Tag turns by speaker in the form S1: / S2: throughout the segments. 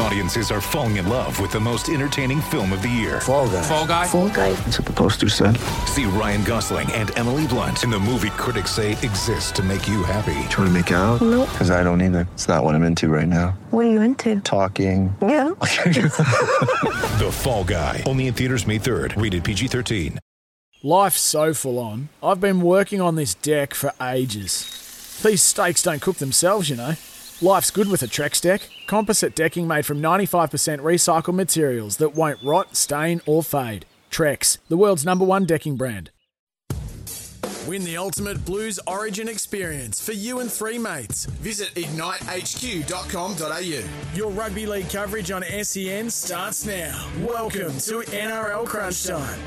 S1: Audiences are falling in love with the most entertaining film of the year.
S2: Fall guy.
S3: Fall guy.
S4: Fall guy.
S2: That's what the poster said.
S1: See Ryan Gosling and Emily Blunt in the movie critics say exists to make you happy.
S2: Trying to make it out?
S4: Nope.
S2: Because I don't either. It's not what I'm into right now.
S4: What are you into?
S2: Talking.
S4: Yeah.
S1: The Fall Guy. Only in theaters May 3rd. Rated PG-13.
S5: Life's so full on. I've been working on this deck for ages. These steaks don't cook themselves, you know. Life's good with a Trex deck. Composite decking made from 95% recycled materials that won't rot, stain, or fade. Trex, the world's number one decking brand.
S6: Win the ultimate blues origin experience for you and three mates. Visit ignitehq.com.au.
S3: Your rugby league coverage on SEN starts now. Welcome to NRL Crunch Time.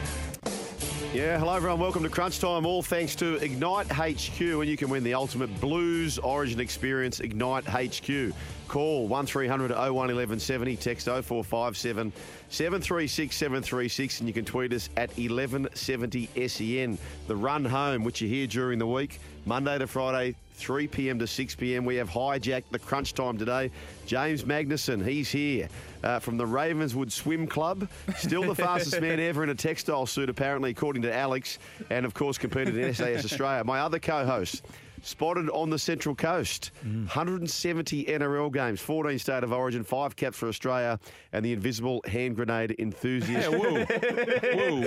S7: Yeah, hello everyone. Welcome to Crunch Time. All thanks to Ignite HQ, and you can win the ultimate Blues Origin experience. Ignite HQ. Call 1300 01 1170, text 0457 736 736, and you can tweet us at 1170 SEN. E The run home, which you hear during the week, Monday to Friday, 3 p.m. to 6 p.m. We have hijacked the crunch time today. James Magnuson, he's here uh, from the Ravenswood Swim Club. Still the fastest man ever in a textile suit, apparently, according to Alex, and of course competed in SAS Australia. My other co host, spotted on the Central Coast, 170 NRL games, 14 State of Origin, 5 caps for Australia, and the invisible hand grenade enthusiast.
S8: whoa, whoa,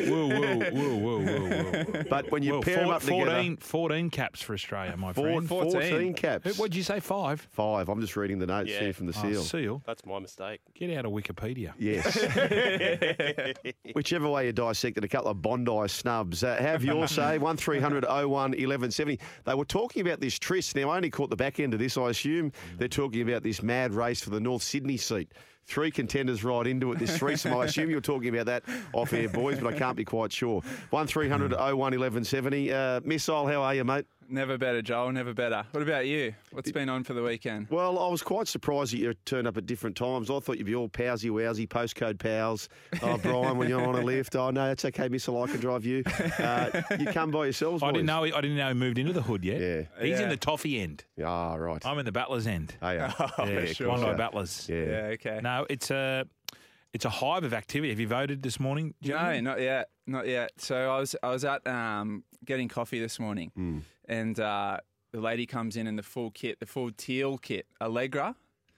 S8: whoa, whoa, whoa, whoa, whoa.
S7: But when you
S8: Well,
S7: pair 'em
S8: four-
S7: up together-
S8: 14, 14 caps for Australia, my
S7: Four-
S8: friend.
S7: 14 caps.
S8: Who- What'd you say, five?
S7: Five. I'm just reading the notes here from the
S8: Oh,
S7: seal.
S8: seal.
S9: That's my mistake.
S8: Get out of Wikipedia.
S7: Yes. Whichever way you dissect it, a couple of Bondi snubs. Uh, have your say, 1300 01 1170. They were talking about this tryst. Now, I only caught the back end of this, I assume. They're talking about this mad race for the North Sydney seat. Three contenders right into it. This threesome, I assume you were talking about that off air, boys, but I can't be quite sure. 1300 01 1170. Uh, Missile, how are you, mate?
S10: Never better, Joel. Never better. What about you? What's been on for the weekend?
S7: Well, I was quite surprised that you turned up at different times. I thought you'd be all powsy wowsy, postcode pals. Oh, Brian, when you're on a lift. Oh, no, that's okay, Missile. I can drive you. Uh, you come by yourselves, boys.
S8: I didn't know. He, I didn't know he moved into the hood yet.
S7: Yeah.
S8: He's
S10: Yeah. Oh,
S8: in the toffee end.
S7: Ah, right.
S8: I'm in the Butlers end.
S7: Hey, uh,
S8: yeah,
S7: sure.
S8: Bondi
S7: Yeah.
S8: Butlers.
S7: yeah.
S10: Yeah, okay.
S8: No, it's a it's a hive of activity. Have you voted this morning?
S10: No, not yet. Not yet. So I was I was out um, getting coffee this morning,
S8: Hmm.
S10: and uh, the lady comes in in the full kit, the full teal kit, Allegra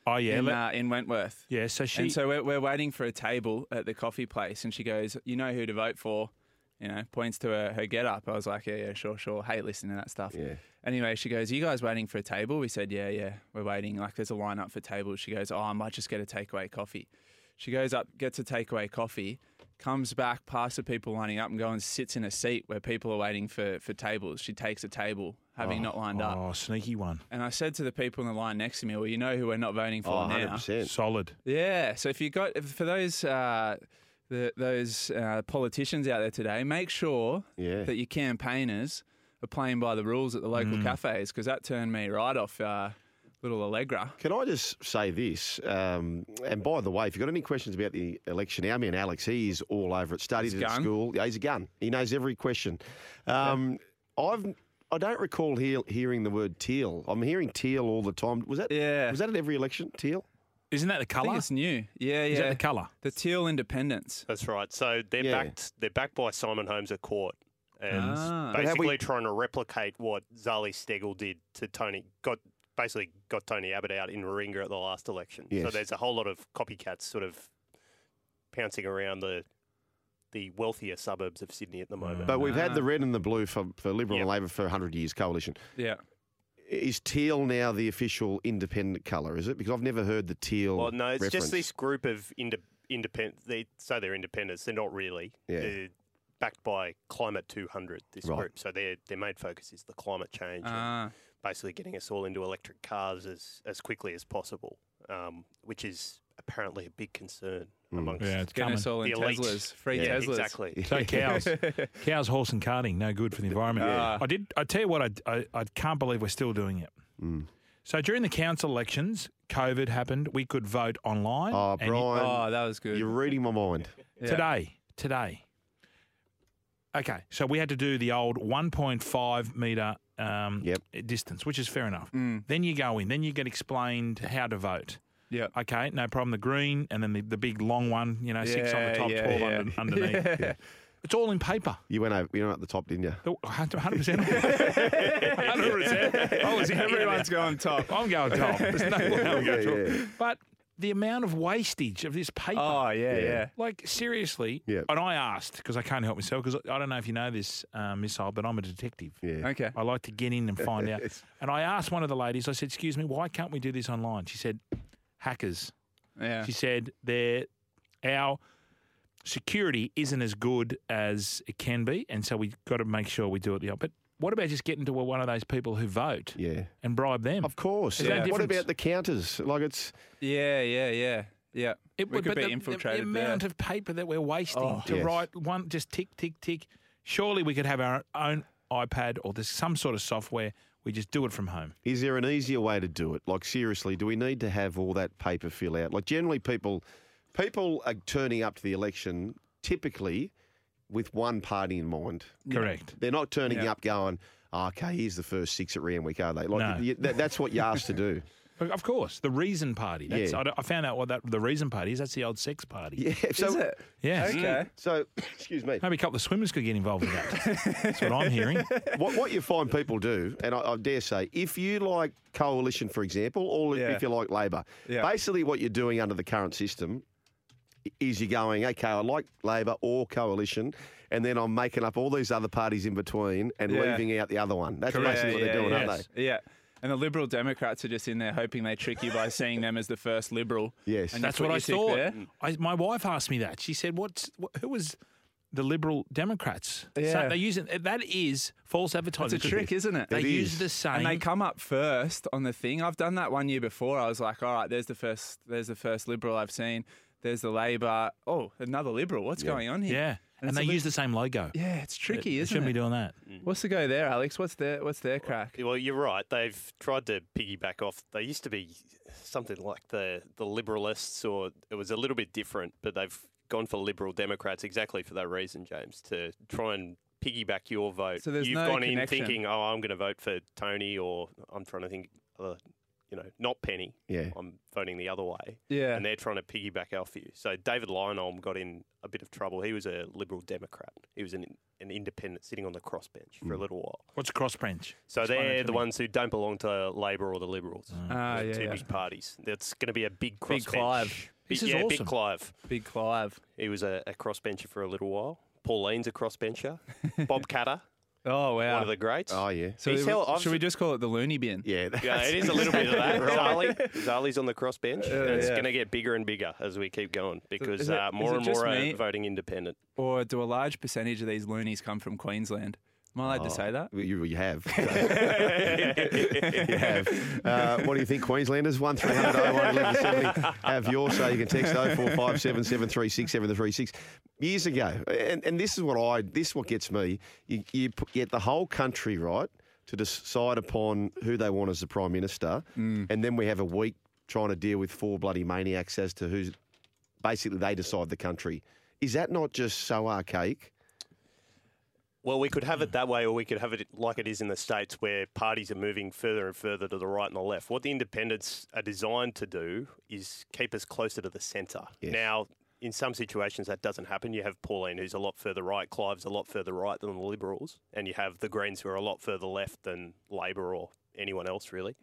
S8: Oh yeah,
S10: in,
S8: let-
S10: uh, in Wentworth.
S8: yeah. So she.
S10: And so we're, we're waiting for a table at the coffee place, and she goes, "You know who to vote for." You know, points to her, her get up. I was like, "Yeah, yeah, sure, sure." Hate listening to that stuff.
S7: Yeah.
S10: Anyway, she goes, "You guys waiting for a table?" We said, "Yeah, yeah, we're waiting." Like, there's a line up for tables. She goes, "Oh, I might just get a takeaway coffee." She goes up, gets a takeaway coffee, comes back past the people lining up, and goes and sits in a seat where people are waiting for for tables. She takes a table, having not lined up.
S8: oh, sneaky one.
S10: And I said to the people in the line next to me, "Well, you know who we're not voting for
S7: Oh,
S10: now."
S7: 100%.
S8: Solid.
S10: Yeah. So if you got if- for those uh, the, those uh, politicians out there today, make sure
S7: Yeah. Mm.
S10: that your campaigners are playing by the rules at the local cafes because that turned me right off. Uh, little Allegra.
S7: Can I just say this? Um, and by the way, if you've got any questions about the election, our man Alex, he is all over it. Studied
S10: He's a
S7: at
S10: gun.
S7: school. Yeah, he's a gun. He knows every question. Um, I've. I don't recall he- hearing the word teal. I'm hearing teal all the time. Was that
S10: Yeah.
S7: Was that at every election? Teal.
S8: Isn't that the
S10: I think
S8: colour?
S10: it's new. Yeah, yeah.
S8: Is that the colour?
S10: The teal independence.
S9: That's right. So they're
S7: Yeah.
S9: backed. They're backed by Simon Holmes at court, and
S10: Ah.
S7: But have we-
S9: basically trying to replicate what Zali Stegel did to Tony. Got basically got Tony Abbott out in Warringah at the last election. So
S7: Yes.
S9: there's a whole lot of copycats sort of pouncing around the the wealthier suburbs of Sydney at the moment.
S7: But we've had the
S10: Ah.
S7: red and the blue for, for Liberal and
S9: Yep.
S7: Labor for 100 years coalition.
S10: Yeah.
S7: Is teal now the official independent colour, is it? Because I've never heard the teal.
S9: well, Oh, no, it's
S7: reference.
S9: just this group of inde- independent. They say they're independents. They're not really.
S7: Yeah.
S9: They're backed by Climate 200. This
S7: Right.
S9: group. So their their main focus is the climate change. and
S10: Ah.
S9: basically getting us all into electric cars as, as quickly as possible, um, which is apparently a big concern
S7: Hmm.
S9: amongst
S8: Yeah, it's
S10: Getting
S8: coming.
S10: us all in
S9: The elite.
S10: Teslas. Free
S9: Yeah,
S10: Teslas.
S9: exactly.
S8: So cows, cows, horse, and carting, no good for the environment.
S9: Ah.
S10: Yeah.
S8: I did. I tell you what, I, I I can't believe we're still doing it. So during the council elections, COVID happened. We could vote online.
S7: Oh,
S8: and
S7: Brian,
S10: Oh, that was good.
S7: you're reading my mind.
S10: Yeah.
S8: today, today, Okay, so we had to do the old 1.5 meter um,
S7: Yep. Mm.
S8: distance, which is fair enough. Then you go in, then you get explained how to vote.
S10: Yeah.
S8: Okay, no problem. The green and then the, the big long one, you know, six on the
S10: Yeah,
S8: top,
S10: yeah,
S8: 12
S10: yeah.
S8: Under, underneath. It's all in paper.
S7: You went over, you went up the top, didn't you?
S8: Oh, 100%. 100%.
S7: Oh,
S8: I was in
S10: Everyone's going top.
S8: I'm going top. Oh, There's no way I'm going
S7: Yeah,
S8: top.
S7: yeah.
S8: But the amount of wastage of this paper.
S10: Oh, yeah, yeah.
S8: Like seriously,
S7: Yeah.
S8: and I asked because I can't help myself because I don't know if you know this uh, missile, but I'm a detective.
S7: Yeah.
S10: Okay.
S8: I like to get in and find out.
S7: Yes.
S8: And I asked one of the ladies. I said, "Excuse me, why can't we do this online?" She said, "Hackers."
S10: Yeah.
S8: She said, "They're our security isn't as good as it can be, and so we got to make sure we do it the op." But what about just getting to one of those people who vote
S7: Yeah.
S8: and bribe them?
S7: Of course.
S8: Is there a
S7: What
S8: difference?
S7: about the counters? Like it's
S10: Yeah, yeah, yeah. Yeah.
S8: It
S10: we
S8: would
S10: could
S8: but
S10: be
S8: the-
S10: infiltrated
S8: The,
S10: there. Oh,
S8: amount of paper that we're wasting to
S7: Yes.
S8: write one, just tick, tick, tick. Surely we could have our own iPad or there's some sort of software. We just do it from home.
S7: Is there an easier way to do it? Like seriously, do we need to have all that paper fill out? Like generally, people people are turning up to the election typically with one party in mind.
S8: Correct.
S7: They're not turning
S10: Yeah.
S7: up going, "Oh, okay, here's the first six at Randwick, are they? Like
S8: No.
S7: you, that, that's what you're asked to do.
S8: But Of course, the Reason Party. That's,
S7: Yeah.
S8: I, don't- I found out what that the Reason Party is. That's the old sex party.
S7: Yeah. So
S10: Is it?
S8: Yes.
S10: Okay.
S7: so excuse me.
S8: Maybe a couple of swimmers could get involved in that. That's what I'm hearing.
S7: What, what you find people do, and I, I dare say, if you like coalition, for example, or
S10: Yeah.
S7: if you like Labor,
S10: Yeah.
S7: basically what you're doing under the current system i- is you're going, okay, I like Labor or coalition, and then I'm making up all these other parties in between and
S10: Yeah.
S7: leaving out the other one. That's
S8: Correct.
S7: basically what they're doing, aren't
S8: yes.
S7: they?
S10: Yeah. And the Liberal Democrats are just in there hoping they trick you by seeing them as the first Liberal.
S7: Yes.
S10: And you
S8: That's
S10: put
S8: what I
S10: your tick
S8: thought.
S10: there.
S8: I, my wife asked me that. She said, "What's wh- who was the Liberal Democrats?
S10: Yeah.
S8: So they using that is false
S10: It's
S8: advertising.
S10: a trick, isn't it?
S8: They
S7: It
S8: use
S7: is.
S8: the same.
S10: And they come up first on the thing. I've done that one year before. I was like, all right, there's the first, there's the first Liberal I've seen. There's the Labor. Oh, another Liberal. What's going on here?
S8: yeah, and,
S10: it's
S8: they
S10: a bit-
S8: use the same logo.
S10: Yeah, it's tricky,
S8: They
S10: isn't
S8: shouldn't
S10: it?
S8: be doing that.
S7: Mm.
S10: What's the go there, Alex? What's their What's their crack?
S9: Well, you're right. They've tried to piggyback off. They used to be something like the the Liberalists, or it was a little bit different, but they've gone for Liberal Democrats exactly for that reason, James, to try and piggyback your vote.
S10: So there's
S9: You've
S10: no
S9: gone in
S10: connection.
S9: thinking, oh, I'm going to vote for Tony, or I'm trying to think, uh, you know, not Penny.
S7: Yeah.
S9: I'm voting the other way.
S10: Yeah.
S9: And they're trying to piggyback off you. So David Lionelm got in a bit of trouble. He was a Liberal Democrat. He was an an independent sitting on the crossbench for a little while.
S8: What's crossbench?
S9: So
S8: Explain it
S9: they're
S8: to
S9: the
S8: me. Mm.
S9: ones who don't belong to Labor or the Liberals.
S10: Ah,
S9: Those
S10: yeah,
S9: two
S10: yeah.
S9: big parties. That's going to be a big crossbench.
S10: Big Clive.
S9: Big-
S8: This is
S9: yeah, big
S8: awesome.
S9: Clive.
S10: Big Clive.
S9: He was a, a crossbencher for a little while. Pauline's a crossbencher. Bob Catter,
S10: Oh wow.
S9: one of the greats.
S7: Oh, yeah.
S10: so
S9: He's
S10: we-
S9: held- I've-
S10: should we just call it the loony bin?
S7: Yeah. that's-
S9: yeah, it is a little bit of that. Zali, Zali's on the crossbench. and it's going to get bigger and bigger as we keep going because
S10: Oh, is it-
S9: uh,
S10: is
S9: more
S10: it
S9: and
S10: just
S9: more
S10: me?
S9: are voting independent.
S10: Or do a large percentage of these loonies come from Queensland? Am I allowed to say that?
S7: Oh, You, you have. you have. Uh, what do you think, Queenslanders? 1300 01170. Have your say. You can text 0457 736 736. Years ago, and, and this is what I, this is what gets me, you, you p- get the whole country, right, to decide upon who they want as the Prime Minister,
S10: Mm.
S7: and then we have a week trying to deal with four bloody maniacs as to who's, basically they decide the country. Is that not just so archaic?
S9: Well, we could have it that way, or we could have it like it is in the States where parties are moving further and further to the right and the left. What the independents are designed to do is keep us closer to the centre.
S7: Yes.
S9: Now, in some situations, that doesn't happen. You have Pauline, who's a lot further right, Clive's a lot further right than the Liberals, and you have the Greens, who are a lot further left than Labor or anyone else, really.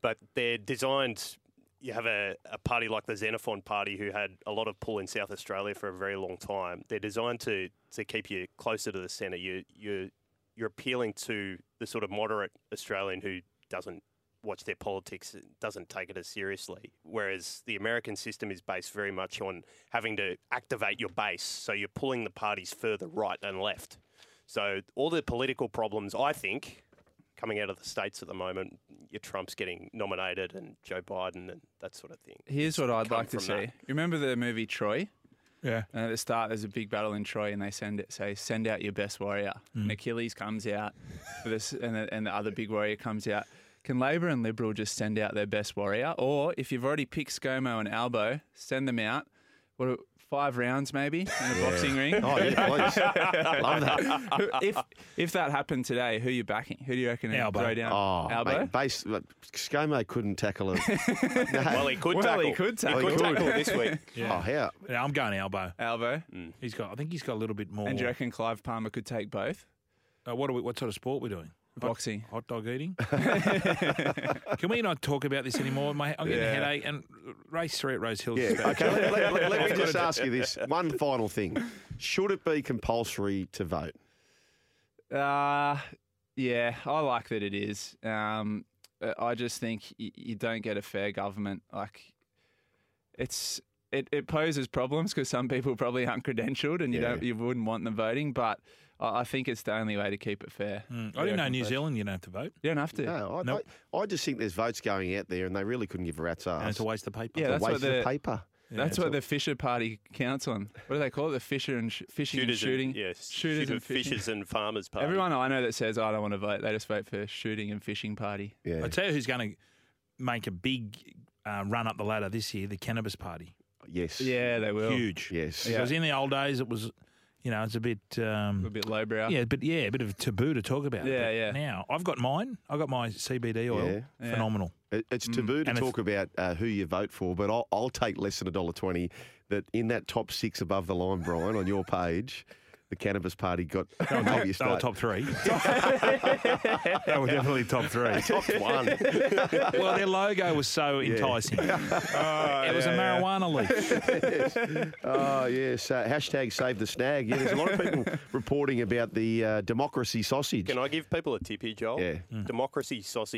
S9: But they're designed. You have a, a party like the Xenophon Party, who had a lot of pull in South Australia for a very long time. They're designed to to keep you closer to the centre. You you you're appealing to the sort of moderate Australian who doesn't watch their politics, doesn't take it as seriously. Whereas the American system is based very much on having to activate your base, so you're pulling the parties further right and left. So all the political problems, I think, coming out of the states at the moment, your Trump's getting nominated and Joe Biden and that sort of thing.
S10: Here's what I'd
S9: come
S10: like to
S9: from
S10: see.
S9: that.
S10: You remember the movie Troy?
S8: Yeah.
S10: And at the start, there's a big battle in Troy, and they send it say send out your best warrior. And Achilles comes out, for this, and the, and the other big warrior comes out. Can Labor and Liberal just send out their best warrior, or if you've already picked ScoMo and Albo, send them out? What five rounds maybe in a
S7: Yeah.
S10: boxing ring.
S7: Oh, yeah, please. Love that.
S10: if if that happened today, who you backing? Who do you reckon?
S7: Elbow.
S10: Go down.
S7: Oh,
S10: Elbow.
S7: Mate, base, look, ScoMo couldn't tackle him.
S9: Well, he could
S10: Well,
S9: tackle.
S10: he could tackle.
S9: He could
S10: He could.
S9: tackle this week.
S7: Oh, how?
S8: Yeah, I'm going elbow.
S10: Elbow.
S8: He's got. I think he's got a little bit more.
S10: And do you reckon Clive Palmer could take both?
S8: Uh, what are we, What sort of sport we doing? Hot-
S10: Boxing.
S8: Hot, dog eating. Can we not talk about this anymore? My, I'm getting a
S10: Yeah.
S8: headache. And race three at Rose Hill.
S7: Yeah.
S8: is back.
S7: Okay. Let, let- let- let
S8: I've
S7: me
S8: got
S7: just
S8: to-
S7: ask you this one final thing: Should it be compulsory to vote?
S10: Uh, yeah, I like that it is. Um, uh, I just think y- you don't get a fair government. Like, it's it, it poses problems because some people probably aren't credentialed and you
S7: Yeah.
S10: don't you wouldn't want them voting. But I, I think it's the only way to keep it fair.
S8: Mm, I didn't know New Zealand. You don't have to vote.
S10: You don't have to.
S7: No, I,
S8: Nope.
S7: I, I just think there's votes going out there, and they really couldn't give a rat's
S8: And it's
S7: ass.
S8: a waste of paper.
S10: Yeah,
S7: It's
S10: that's
S7: a
S10: what
S7: waste of
S10: the-
S7: paper.
S10: That's what the Fisher Party counts on. What do they call it? The Fisher and sh- fishing
S9: Shooters
S10: and shooting.
S9: and, yes,
S10: shooters
S9: shooter-
S10: and fishing.
S9: fishers and farmers. Party.
S10: Everyone I know that says I don't want to vote, they just vote for shooting and fishing party.
S7: Yeah.
S8: I tell you who's going to make a big uh, run up the ladder this year: the cannabis party.
S7: Yes.
S10: Yeah, they will.
S8: Huge.
S7: Yes.
S8: Because in the old days, it was, you know, it's a bit. Um,
S10: A bit lowbrow.
S8: Yeah, but yeah, a bit of a taboo to talk about.
S10: Yeah,
S8: But
S10: yeah.
S8: Now I've got mine. I got my CBD oil.
S10: Yeah. Mm.
S8: Phenomenal.
S7: It- It's taboo to
S8: And if-
S7: talk about uh, who you vote for, but I'll, I'll take less than a dollar twenty that in that top six above the line, Brian, on your page, the Cannabis Party got obvious
S8: They were top three. they were definitely top three.
S7: top one.
S8: Well, their logo was so enticing. it was a marijuana leaf.
S7: Oh yes, uh, hashtag save the snag. Yeah, there's a lot of people reporting about the uh, democracy sausage.
S9: Can I give people a tip here, Joel?
S7: Yeah.
S10: Mm.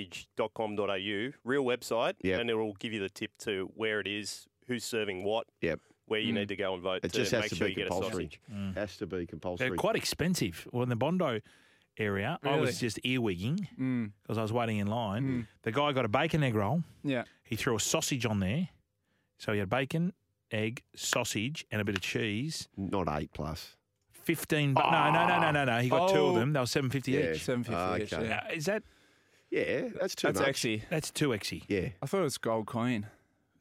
S9: Democracysausage.com.au, real website,
S7: Yep.
S9: and it will give you the tip to where it is, who's serving what,
S7: Yep,
S9: where
S10: Mm.
S9: you need to go and vote
S7: it
S9: to
S7: just has
S9: make
S7: to
S9: sure
S7: be
S9: you get a
S7: compulsory.
S9: sausage.
S7: Has to be
S8: They're
S7: compulsory.
S8: quite expensive. Well, in the Bondo area, I
S10: Really? Hmm.
S8: was just earwigging
S10: Mm.
S8: because I was waiting in line. The guy got a bacon egg roll.
S10: Yeah.
S8: He threw a sausage on there. So he had bacon, egg, sausage, and a bit of cheese.
S7: Not eight plus.
S8: Fifteen. Bu- No, no, no, no, no, no. He got two of
S10: Oh.
S8: them. They were seven fifty
S7: Yeah.
S8: each.
S10: Seven fifty.
S7: Okay.
S10: yeah.
S8: Now, is that
S7: Yeah, that's too
S10: That's
S7: much.
S10: actually.
S8: that's two exy?
S7: yeah.
S10: I thought it was gold coin.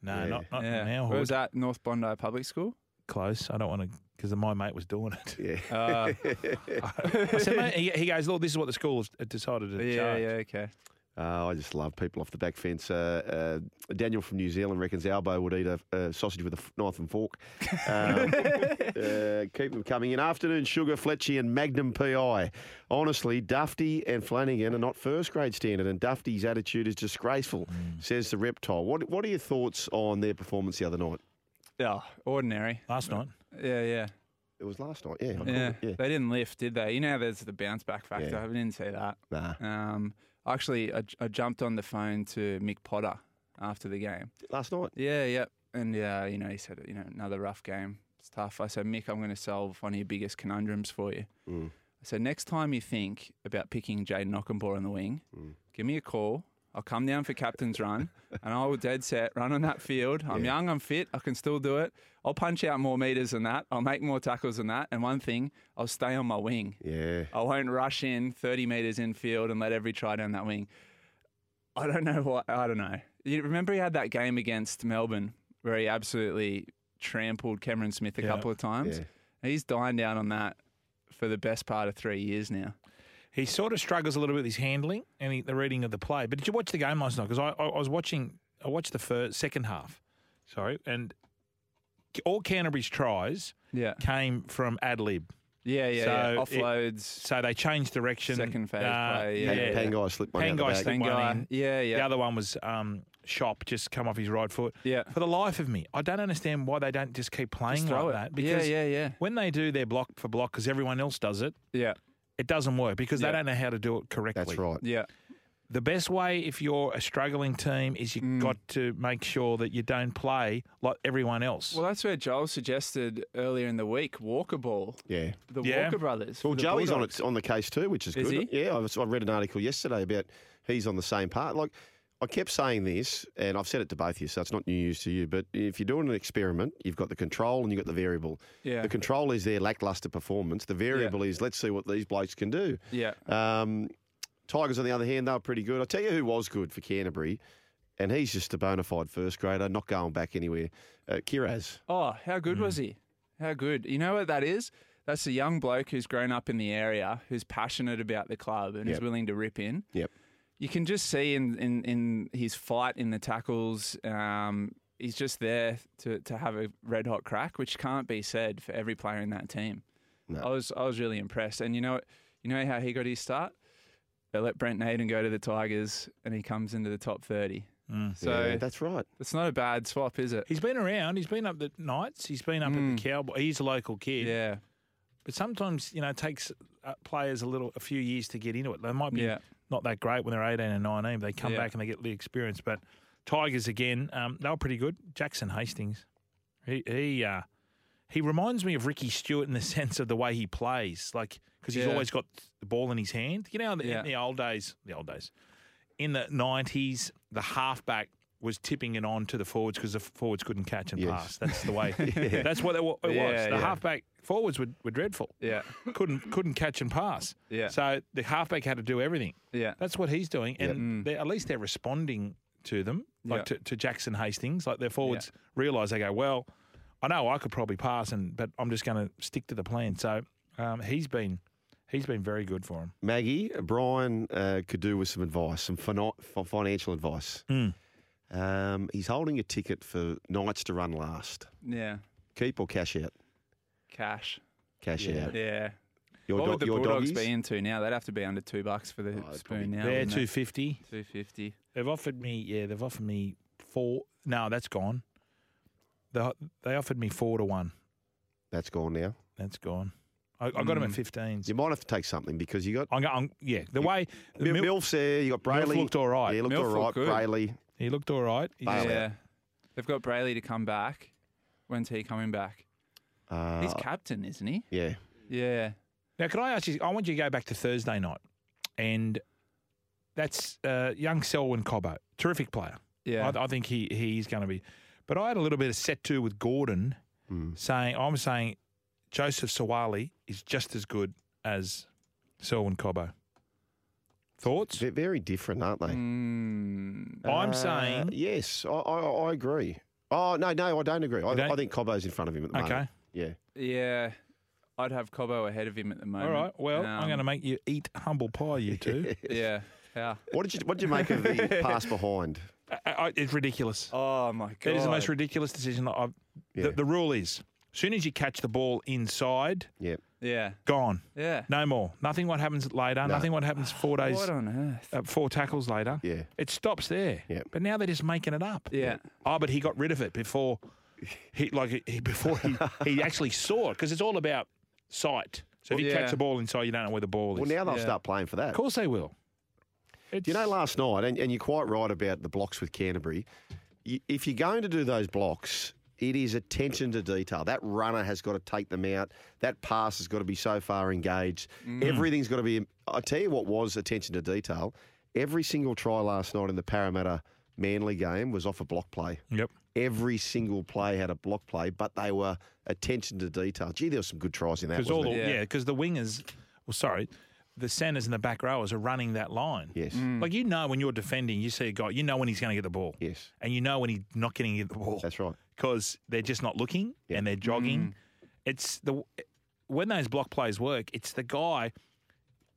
S8: No,
S7: Yeah.
S8: not, not
S10: Yeah.
S8: now.
S10: Where was that? North Bondi Public School.
S8: Close. I don't want to because my mate was doing it.
S7: Yeah.
S10: Uh,
S8: I said, mate, he, he goes, look, this is what the school has decided to
S10: yeah,
S8: charge.
S10: yeah, okay.
S7: Oh, I just love people off the back fence. Uh, uh, Daniel from New Zealand reckons Albo would eat a, a sausage with a f- knife and fork. Um, uh, keep them coming in. Afternoon Sugar, Fletchy, and Magnum PI. Honestly, Dufty and Flanagan are not first grade standard, and Dufty's attitude is disgraceful,
S10: Mm.
S7: says the reptile. What What are your thoughts on their performance the other night?
S10: Oh, ordinary.
S8: Last night.
S10: Yeah, yeah,
S7: It was last night, yeah. I called
S10: yeah.
S7: it, yeah.
S10: They didn't lift, did they? You know, there's the bounce back factor.
S7: Yeah.
S10: I didn't see that.
S7: Nah.
S10: Um, actually, I, j- I jumped on the phone to Mick Potter after the game.
S7: Last night?
S10: Yeah, yeah, and yeah, you know, he said, you know, another rough game. It's tough. I said, Mick, I'm going to solve one of your biggest conundrums for you.
S7: Mm.
S10: I said, next time you think about picking Jaden Ockenbaugh on the wing,
S7: Mm.
S10: give me a call. I'll come down for captain's run, and I will dead set run on that field. I'm young, I'm fit, I can still do it. I'll punch out more meters than that. I'll make more tackles than that. And one thing, I'll stay on my wing.
S7: Yeah.
S10: I won't rush in 30 metres in field and let every try down that wing. I don't know what, I don't know. You remember he had that game against Melbourne where he absolutely trampled Cameron Smith a
S8: Yeah.
S10: couple of times?
S7: Yeah.
S10: He's dying down on that for the best part of three years now.
S8: He sort of struggles a little bit with his handling and he, the reading of the play. But did you watch the game last night? Because I, I, I was watching, I watched the first, second half. Sorry. And all Canterbury's tries
S10: Yeah.
S8: came from ad lib.
S10: Yeah, yeah,
S8: So it-
S10: yeah. Offloads.
S8: So they changed Uh, direction.
S10: Second phase play,
S7: Pang-
S10: yeah.
S7: Pangai slipped one out the
S8: Pangai
S7: back.
S8: slipped-
S10: Then
S8: one
S10: guy-
S8: in.
S10: Yeah,
S8: The
S10: yeah.
S8: other one was um, Shop, just come off his right foot.
S10: Yeah.
S8: For the life of me, I don't understand why they don't just keep playing
S10: throw
S8: like
S10: it.
S8: that.
S10: Yeah,
S8: Because
S10: yeah, yeah.
S8: when they do their block for block, because everyone else does it,
S10: Yeah,
S8: it doesn't work because
S10: Yeah.
S8: they don't know how to do it correctly.
S7: That's right.
S10: yeah.
S8: The best way if you're a struggling team is you
S10: Mm.
S8: got to make sure that you don't play like everyone else.
S10: Well, that's where Joel suggested earlier in the week Walker Ball.
S7: Yeah.
S10: The
S8: Yeah.
S10: Walker brothers.
S7: Well,
S10: for the
S7: Joey's on
S10: Bulldogs.
S7: it on the case too, which is,
S10: Is
S7: good.
S10: he?
S7: Yeah, I, was, I read an article yesterday about he's on the same part. Like I kept saying this, and I've said it to both of you, so it's not new news to you. But if you're doing an experiment, you've got the control and you've got the variable.
S10: Yeah.
S7: The control is their lackluster performance. The variable is let's see what these blokes can do.
S10: Yeah.
S7: Um, Tigers, on the other hand, they were pretty good. I tell you who was good for Canterbury, and he's just a bona fide first grader, not going back anywhere. Uh, Kiraz.
S10: Oh, how good was he? How good. You know what that is? That's a young bloke who's grown up in the area, who's passionate about the club and is
S7: Yep.
S10: willing to rip in.
S7: Yep.
S10: You can just see in, in, in his fight in the tackles, um, he's just there to, to have a red hot crack, which can't be said for every player in that team. I was I was really impressed. And you know you know how he got his start? They let Brent Naden go to the Tigers and he comes into the top thirty. So
S7: Mm. Yeah, that's right.
S10: it's not a bad swap, is it?
S8: He's been around. He's been up the Knights. He's been up at the Cowboy. He's a local kid.
S10: Yeah.
S8: Mm. But sometimes, you know, it takes uh, players a little, a few years to get into it. They might be
S10: Yeah.
S8: not that great when they're 18 and 19, but they come
S10: Yeah.
S8: back and they get the experience. But Tigers, again, um, they were pretty good. Jackson Hastings, he he, uh, he reminds me of Ricky Stewart in the sense of the way he plays, like, because he's
S10: Yeah.
S8: always got the ball in his hand. You know, in the-
S10: Yeah.
S8: in the old days, the old days, in the 90s, the halfback was tipping it on to the forwards because the forwards couldn't catch and
S7: Yes.
S8: pass. That's the way. That's what it wa- it was.
S10: Yeah,
S8: The
S10: yeah.
S8: halfback forwards were, were dreadful.
S10: Yeah.
S8: Couldn't couldn't catch and pass.
S10: Yeah.
S8: So the halfback had to do everything.
S10: Yeah. Mm.
S8: That's what he's doing, and they're at least they're responding to them, like
S10: Yeah.
S8: to, to Jackson Hastings. Like their forwards realise they go, well, I know I could probably pass, and but I'm just going to stick to the plan. So um, he's been he's been very good for him.
S7: Maggie, Brian uh, could do with some advice, some fin- fi- financial advice.
S8: Hmm.
S7: Um, he's holding a ticket for nights to run last.
S10: Yeah.
S7: Keep or cash out?
S10: Cash.
S7: Cash out.
S10: Yeah.
S7: Your,
S10: what
S7: do-
S10: would the
S7: your
S10: Bulldogs
S7: doggies?
S10: be into now? They'd have to be under two bucks for the
S7: Oh, it's probably-
S10: spoon now.
S8: They're
S10: wouldn't
S8: two
S10: they?
S8: fifty.
S10: 250.
S8: They've offered me yeah, they've offered me four. No, that's gone. They they offered me four to one.
S7: That's gone now. Hmm.
S8: That's gone. I, I got them at
S10: Mm.
S8: 15s.
S7: You might have to take something because you got
S8: I'm, go- I'm, yeah, the way
S7: Mil-
S8: Mil-
S7: Milf's there. You got Brayley.
S8: looked all right.
S7: Yeah, looked
S10: Milf
S7: all right.
S10: looked good.
S7: Brayley.
S8: he looked all right. He's-
S7: Bailey.
S10: Yeah. They've got Brayley to come back. When's he coming back?
S7: Uh,
S10: He's captain, isn't he?
S7: yeah.
S10: Yeah.
S8: Now, can I ask you? I want you to go back to Thursday night, and that's uh, young Selwyn Cobbo, terrific player.
S10: Yeah.
S8: I, I think he he's going to be. But I had a little bit of set to with Gordon,
S7: Hmm.
S8: saying I'm saying Joseph Sawali is just as good as Selwyn Cobbo. Thoughts? Hmm.
S7: They're very different, aren't they?
S10: Mm,
S8: I'm
S7: Uh,
S8: saying
S7: Yes, I, I, I agree. Oh, no, no, I don't agree. I,
S8: don't?
S7: I think Cobbo's in front of him at the moment.
S8: okay.
S7: Yeah.
S10: yeah. I'd have Cobbo ahead of him at the
S8: All
S10: moment.
S8: right. Well, I'm
S10: Um,
S8: going to make you eat humble pie, you two.
S10: Yeah. Yeah.
S7: What did you What did you make of the pass behind?
S8: I, I, Uh, it's ridiculous.
S10: Oh, my God.
S8: That is the most ridiculous decision. that I've,
S7: Yeah.
S8: the, the rule is: as soon as you catch the ball inside,
S7: Yeah.
S10: Yeah.
S8: gone.
S10: Yeah.
S8: No more. Nothing. What happens later? Nothing. What happens four days?
S10: What on earth?
S8: uh, four tackles later.
S7: Yeah.
S8: It stops there.
S7: Yeah.
S8: But now they're just making it up.
S10: Yeah.
S8: Oh, but he got rid of it before he like he, before he, he actually saw it because it's all about sight. So if you
S10: Yeah.
S8: catch the ball inside, you don't know where the ball is.
S7: Well, now they'll
S10: Yeah.
S7: start playing for that.
S8: of course they will.
S7: You know, last night, and, and you're quite right about the blocks with Canterbury. You, if you're going to do those blocks, it is attention to detail. That runner has got to take them out. That pass has got to be so far engaged.
S8: Mm.
S7: Everything's got to be. I tell you what was attention to detail. Every single try last night in the Parramatta Manly game was off a block play.
S8: Yep.
S7: Every single play had a block play, but they were attention to detail. Gee, there were some good tries in that.
S8: Because
S7: Wasn't
S8: all the,
S7: there?
S10: it? Yeah.
S8: yeah, because the wingers, well, sorry, the centers and the back rowers are running that line.
S7: Yes.
S8: Like you know when you're defending, you see a guy, you know when he's going to get the ball.
S7: Yes.
S8: And you know when he's not getting the ball.
S7: That's right.
S8: because they're just not looking and they're jogging. It's the when those block plays work, it's the guy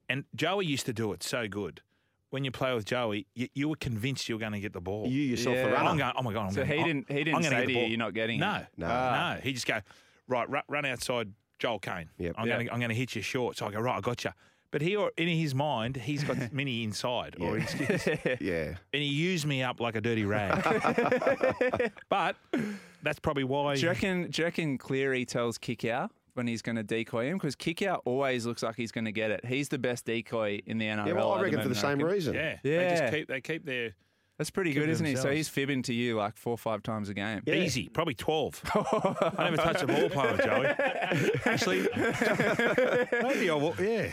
S8: and Joey used to do it so good. When you play with Joey, you, you were convinced you were going to get the ball.
S7: You yourself
S10: Yeah.
S7: the runner.
S8: I'm going, oh my god! I'm
S10: So
S8: gonna,
S10: he didn't- he didn't
S8: I'm gonna
S10: say
S8: get
S10: to
S8: the
S10: you,
S8: ball.
S10: "You're not getting it." Ah.
S8: no,
S7: No.
S8: no. He just go right, run, run outside Joel Kane.
S7: Yep.
S8: I'm going, to, I'm going to hit you short. So I go right, I got you. But he, or in his mind, he's got Minnie inside, or he's,
S7: Yeah.
S8: and he used me up like a dirty rag. but that's probably why.
S10: Do you reckon, do you reckon Cleary tells Kickout when he's going to decoy him? Because Kickout always looks like he's going to get it. He's the best decoy in the NRL.
S7: Yeah, well,
S10: at
S7: I reckon for the
S10: moment,
S7: same reason.
S8: Yeah, They
S10: Yeah.
S8: just keep they keep their
S10: That's pretty
S8: Give
S10: good,
S8: it
S10: isn't he? So
S8: themselves.
S10: he's fibbing to you like four or five times a game.
S7: Yeah.
S8: easy, probably twelve. I never touch a ball player, Joey. Actually, maybe I will. Yeah,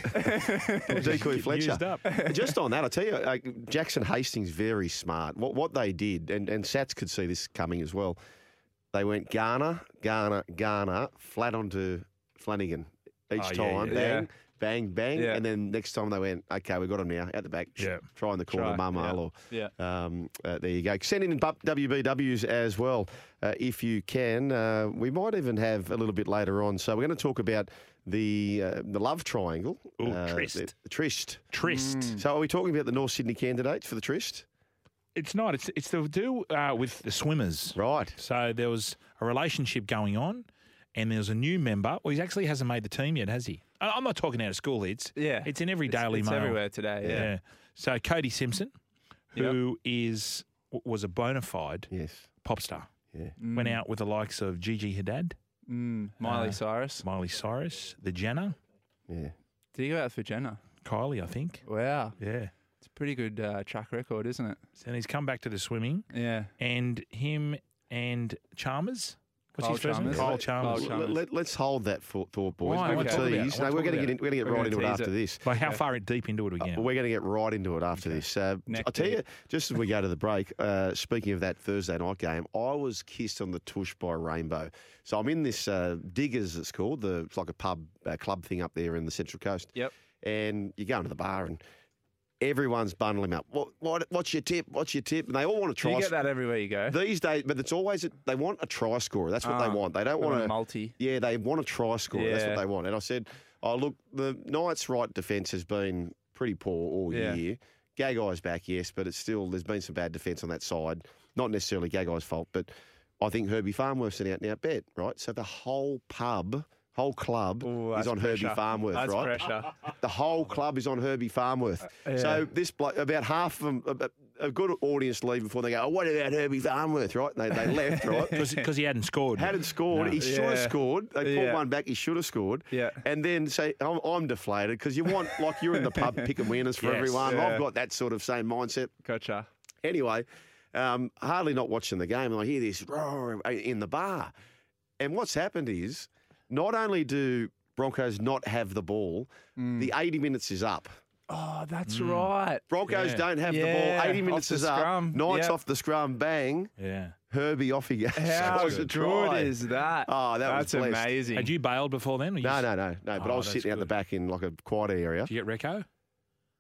S7: Decoy
S8: Get
S7: Fletcher.
S8: used up.
S7: Just on that, I tell you, uh, Jackson Hastings very smart. What what they did, and and Sats could see this coming as well. They went Garner, Garner, Garner, flat onto Flanagan each
S8: Oh, yeah,
S7: time.
S8: yeah.
S7: Bang. bang, bang.
S10: Yeah.
S7: And then next time they went, okay, we got them now, out the back. Sh-
S8: Yeah.
S7: Try in the corner,
S10: Try,
S7: mum,
S10: yeah.
S7: or
S10: Yeah.
S7: Um, uh, there you go. Send in bu- WBWs as well uh, if you can. Uh, we might even have a little bit later on. So we're going to talk about the uh, the love triangle.
S8: Ooh,
S7: Uh,
S8: tryst.
S7: the- the Tryst. Mm.
S8: Tryst.
S7: So are we talking about the North Sydney candidates for the tryst?
S8: It's not. It's it's to do uh, with the swimmers.
S7: Right.
S8: So there was a relationship going on, and there's a new member. Well, he actually hasn't made the team yet, has he? I- I'm not talking out of school. It's
S10: Yeah.
S8: It's in every
S10: It's-
S8: Daily
S10: it's
S8: Mail.
S10: everywhere today. Yeah.
S8: So Cody Simpson,
S10: Yep.
S8: who is w was a bona fide
S7: Yes.
S8: pop star,
S7: Yeah.
S8: went out with the likes of Gigi Haddad,
S10: Mm, Miley
S8: Uh,
S10: Cyrus.
S8: Miley Cyrus, the Jenner,
S7: Yeah.
S10: Did you go out for Jenna?
S8: Kylie, I think.
S10: Wow.
S8: Yeah.
S10: It's a pretty good uh, track record, isn't it?
S8: And he's come back to the swimming,
S10: Yeah.
S8: and him and Chalmers. What's
S10: Kyle
S8: his first name?
S10: Chalmers.
S8: Kyle
S10: Kyle
S8: Chalmers.
S10: Chalmers.
S7: Let, us hold that for, thought, boys.
S8: Why?
S7: We
S8: We're
S7: can
S8: talking about
S7: tease.
S8: it. We're
S7: No, we're going to
S8: talking
S7: get in, we're going to get
S10: We're
S7: right
S10: gonna
S7: into it
S10: tease
S7: after
S10: it.
S7: this.
S8: Like how far deep into it are we
S7: Uh,
S8: getting?
S7: We're going to get right into it after this. Uh,
S10: Neck
S7: I'll tell you,
S10: deep.
S7: just as we go to the break, uh, speaking of that Thursday night game, I was kissed on the tush by Rainbow. So I'm in this uh, Diggers, it's called. The, it's like a pub uh, club thing up there in the Central Coast.
S10: Yep.
S7: And you go into the bar and everyone's bundling up. What, what, what's your tip? What's your tip? And they all want to
S10: Do
S7: try.
S10: you get that everywhere you go?
S7: These days, but it's always they want a try scorer. That's what they
S10: Ah,
S7: want. They don't
S10: they
S7: want
S10: want
S7: a
S10: a multi.
S7: Yeah, they want a try scorer. That's what
S10: Yeah.
S7: they want. And I said, "Oh, look, the Knights' right defence has been pretty poor all
S10: Yeah.
S7: year. Gagai's back, yes, but it's still there's been some bad defence on that side. Not necessarily Gagai's fault, but I think Herbie Farmworth's an out and out bet, right? So the whole pub, whole club
S10: Ooh,
S7: is
S10: that's
S7: on Herbie
S10: pressure.
S7: Farmworth,
S10: That's
S7: right?
S10: pressure.
S7: The whole club is on Herbie Farmworth. So this blo- about half of them, a- a a good audience leave before they go, oh, what about Herbie Farmworth, right? And they, they left, right?
S8: Because he hadn't scored.
S7: Hadn't scored. He should have
S10: Yeah.
S7: scored. They pulled
S10: Yeah.
S7: one back. He should have scored.
S10: Yeah.
S7: And then say, I'm, I'm deflated because you want, like, you're in the pub picking winners for
S8: Yes.
S7: everyone.
S10: Yeah.
S7: I've got that sort of same mindset.
S10: Gotcha.
S7: Anyway, um, hardly not watching the game, and I hear this roar in the bar. And what's happened is not only do Broncos not have the ball,
S10: Mm.
S7: the 80 minutes is up.
S10: Oh, that's right.
S7: Broncos
S8: Yeah.
S7: don't have the
S10: Yeah,
S7: ball. 80
S10: off
S7: minutes
S10: the
S7: is up.
S10: scrum.
S7: Knights
S10: Yep.
S7: off the scrum. Bang.
S8: Yeah.
S7: Herbie off he goes.
S10: How
S7: Scores a
S10: good
S7: try.
S10: is that?
S7: Oh, that was
S10: that's
S7: blessed.
S10: amazing.
S8: Had you bailed before then? or you
S7: No,
S8: just-
S7: no, no, no. But I
S8: Oh,
S7: was
S8: that's
S7: sitting out the
S8: good.
S7: back in like a quiet area.
S8: Did you get Reco?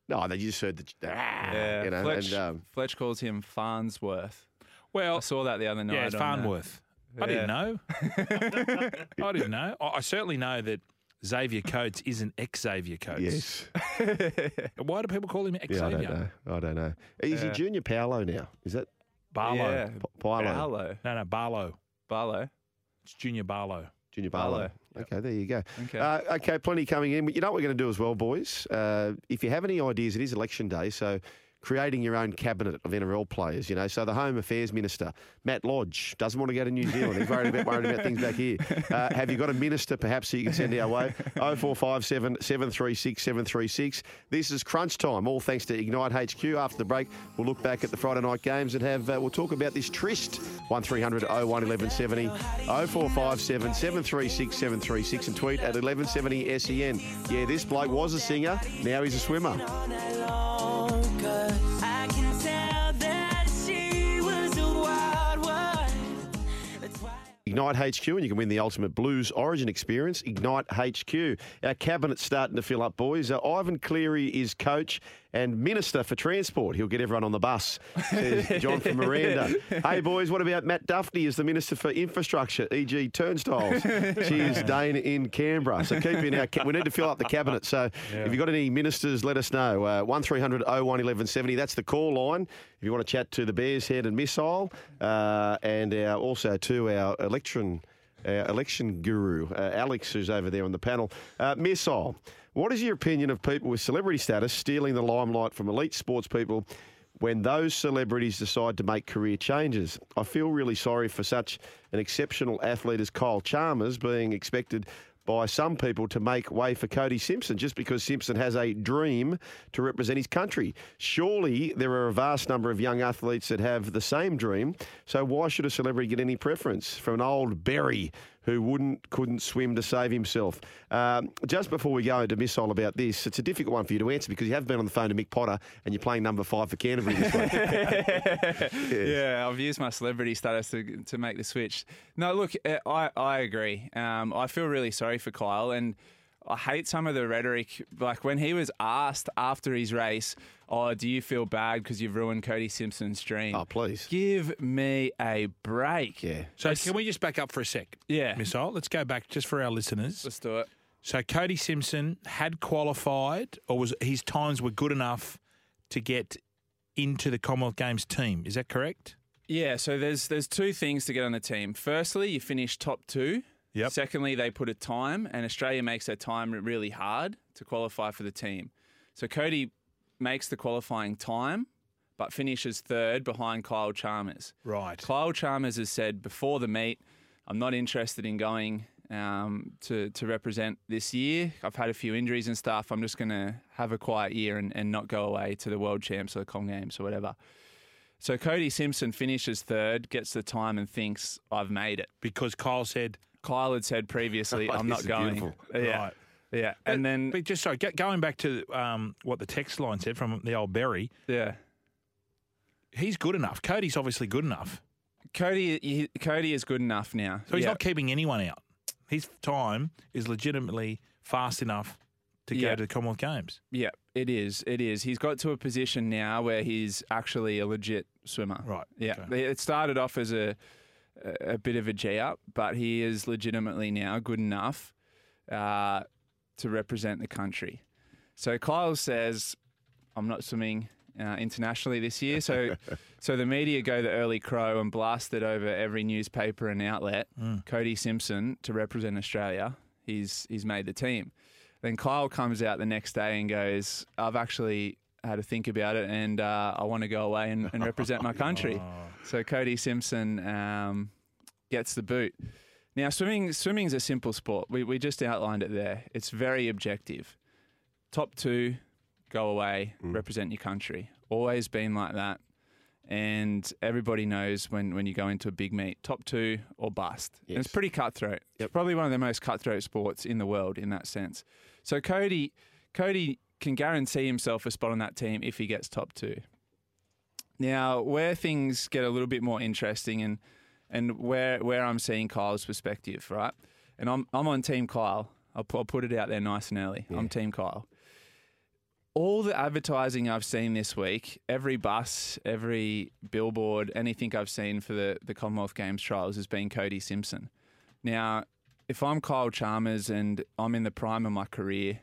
S7: No, they just heard the ah,
S10: yeah,
S7: you know,
S10: Fletch,
S7: and um,
S10: Fletch calls him Farnsworth. I
S8: Well,
S10: saw that the other night.
S8: yeah, it's
S10: on, uh,
S8: Farnworth. I didn't know. I didn't know. I, I certainly know that Xavier Coates isn't ex Xavier Coates.
S7: yes,
S8: Why do people call him ex
S7: yeah, I
S8: Xavier?
S7: don't know, I don't know. Is he
S10: Yeah.
S7: junior Paolo now? Is that
S8: Barlow.
S10: Yeah.
S7: P- Paolo?
S10: Barlow.
S8: No, no, Barlow.
S10: Barlow.
S8: It's Junior Barlow.
S7: Junior Barlow.
S10: Barlow.
S7: Okay, there you go.
S10: Okay.
S7: Uh, okay, plenty coming in. But you know what we're going to do as well, boys? Uh, if you have any ideas, it is election day, so creating your own cabinet of NRL players, you know. So the Home Affairs Minister, Matt Lodge, doesn't want to go to New Zealand. He's worried about, worried about things back here. Uh, have you got a minister perhaps that you can send our way? 0457 736 736. This is crunch time, all thanks to Ignite HQ. After the break, we'll look back at the Friday night games and have uh, we'll talk about this tryst. 1300 01 1170 0457 736 736 and tweet at 1170 SEN. E Yeah, this bloke was a singer, now he's a swimmer.
S9: Uh,
S7: Ignite HQ, and you can win the ultimate blues origin experience. Ignite HQ. Our cabinet's starting to fill up, boys. Uh, Ivan Cleary is coach and minister for transport. He'll get everyone on the bus, says John from Miranda. hey, boys, what about Matt Duffney as the minister for infrastructure, e.g., turnstiles? Cheers, Dane in Canberra. So keep in our. Ca- we need to fill up the cabinet. So if you've got any ministers, let us know. Uh, 1300 01 1170. That's the call line. If you want to chat to the Bears Head and Missile, uh, and our, also to our election, our election guru, uh, Alex, who's over there on the panel. Uh, Missile, what is your opinion of people with celebrity status stealing the limelight from elite sports people? When those celebrities decide to make career changes, I feel really sorry for such an exceptional athlete as Kyle Chalmers being expected by some people to make way for Cody Simpson just because Simpson has a dream to represent his country. Surely there are a vast number of young athletes that have the same dream, so why should a celebrity get any preference from an old berry who wouldn't couldn't swim to save himself? Um, just before we go into missile about this, it's a difficult one for you to answer because you have been on the phone to Mick Potter and you're playing number five for Canterbury this week.
S10: Yeah, I've used my celebrity status to, to make the switch. No, look, eh, I, I agree. Um, I feel really sorry for Kyle, and I hate some of the rhetoric. Like when he was asked after his race, "Oh, do you feel bad because you've ruined Cody Simpson's dream?"
S7: Oh, please
S10: give me a break.
S7: Yeah.
S8: So can we just back up for a sec?
S10: Yeah.
S8: Missile, let's go back just for our listeners.
S10: Let's do it.
S8: So Cody Simpson had qualified, or was his times were good enough to get into the Commonwealth Games team? Is that correct?
S10: Yeah, so there's there's two things to get on the team. Firstly, you finish top two.
S8: Yep.
S10: Secondly, they put a time, and Australia makes their time really hard to qualify for the team. So Cody makes the qualifying time, but finishes third behind Kyle Chalmers.
S8: Right.
S10: Kyle Chalmers has said before the meet, I'm not interested in going um, to to represent this year. I've had a few injuries and stuff. I'm just going to have a quiet year and, and not go away to the World Champs or the Com Games or whatever. So Cody Simpson finishes third, gets the time, and thinks I've made it
S8: because Kyle said
S10: Kyle had said previously I'm
S7: This
S10: not
S7: is
S10: going. Uh,
S7: beautiful.
S10: Yeah,
S8: Right.
S10: yeah, and then
S8: But just sorry, go- going back to um, what the text line said from the old Berry,
S10: yeah.
S8: he's good enough. Cody's obviously good enough,
S10: Cody, he, Cody is good enough now.
S8: so he's
S10: Yeah.
S8: not keeping anyone out. His time is legitimately fast enough to
S10: Yeah.
S8: go to the Commonwealth Games.
S10: Yeah, it is. It is. He's got to a position now where he's actually a legit swimmer.
S8: Right,
S10: Yeah.
S8: okay.
S10: It started off as a a a bit of a G up, but he is legitimately now good enough uh, to represent the country. So Kyle says, "I'm not swimming." Uh, internationally this year, so so the media go the early crow and blasted over every newspaper and outlet. Cody Simpson to represent Australia. He's he's made the team. Then Kyle comes out the next day and goes, I've actually had to think about it and uh, I want to go away and, and represent my country. So Cody Simpson um, gets the boot. Now, swimming swimming's a simple sport. We, we just outlined it there. It's very objective. Top two, go away, represent your country. Always been like that. And everybody knows when, when you go into a big meet, top two or bust. And it's pretty cutthroat. It's probably one of the most cutthroat sports in the world in that sense. So Cody, Cody can guarantee himself a spot on that team if he gets top two. Now, where things get a little bit more interesting, and and where where I'm seeing Kyle's perspective, right? And I'm I'm on Team Kyle. I'll, pu- I'll put it out there nice and early. I'm Team Kyle. All the advertising I've seen this week, every bus, every billboard, anything I've seen for the, the Commonwealth Games trials has been Cody Simpson. Now, if I'm Kyle Chalmers and I'm in the prime of my career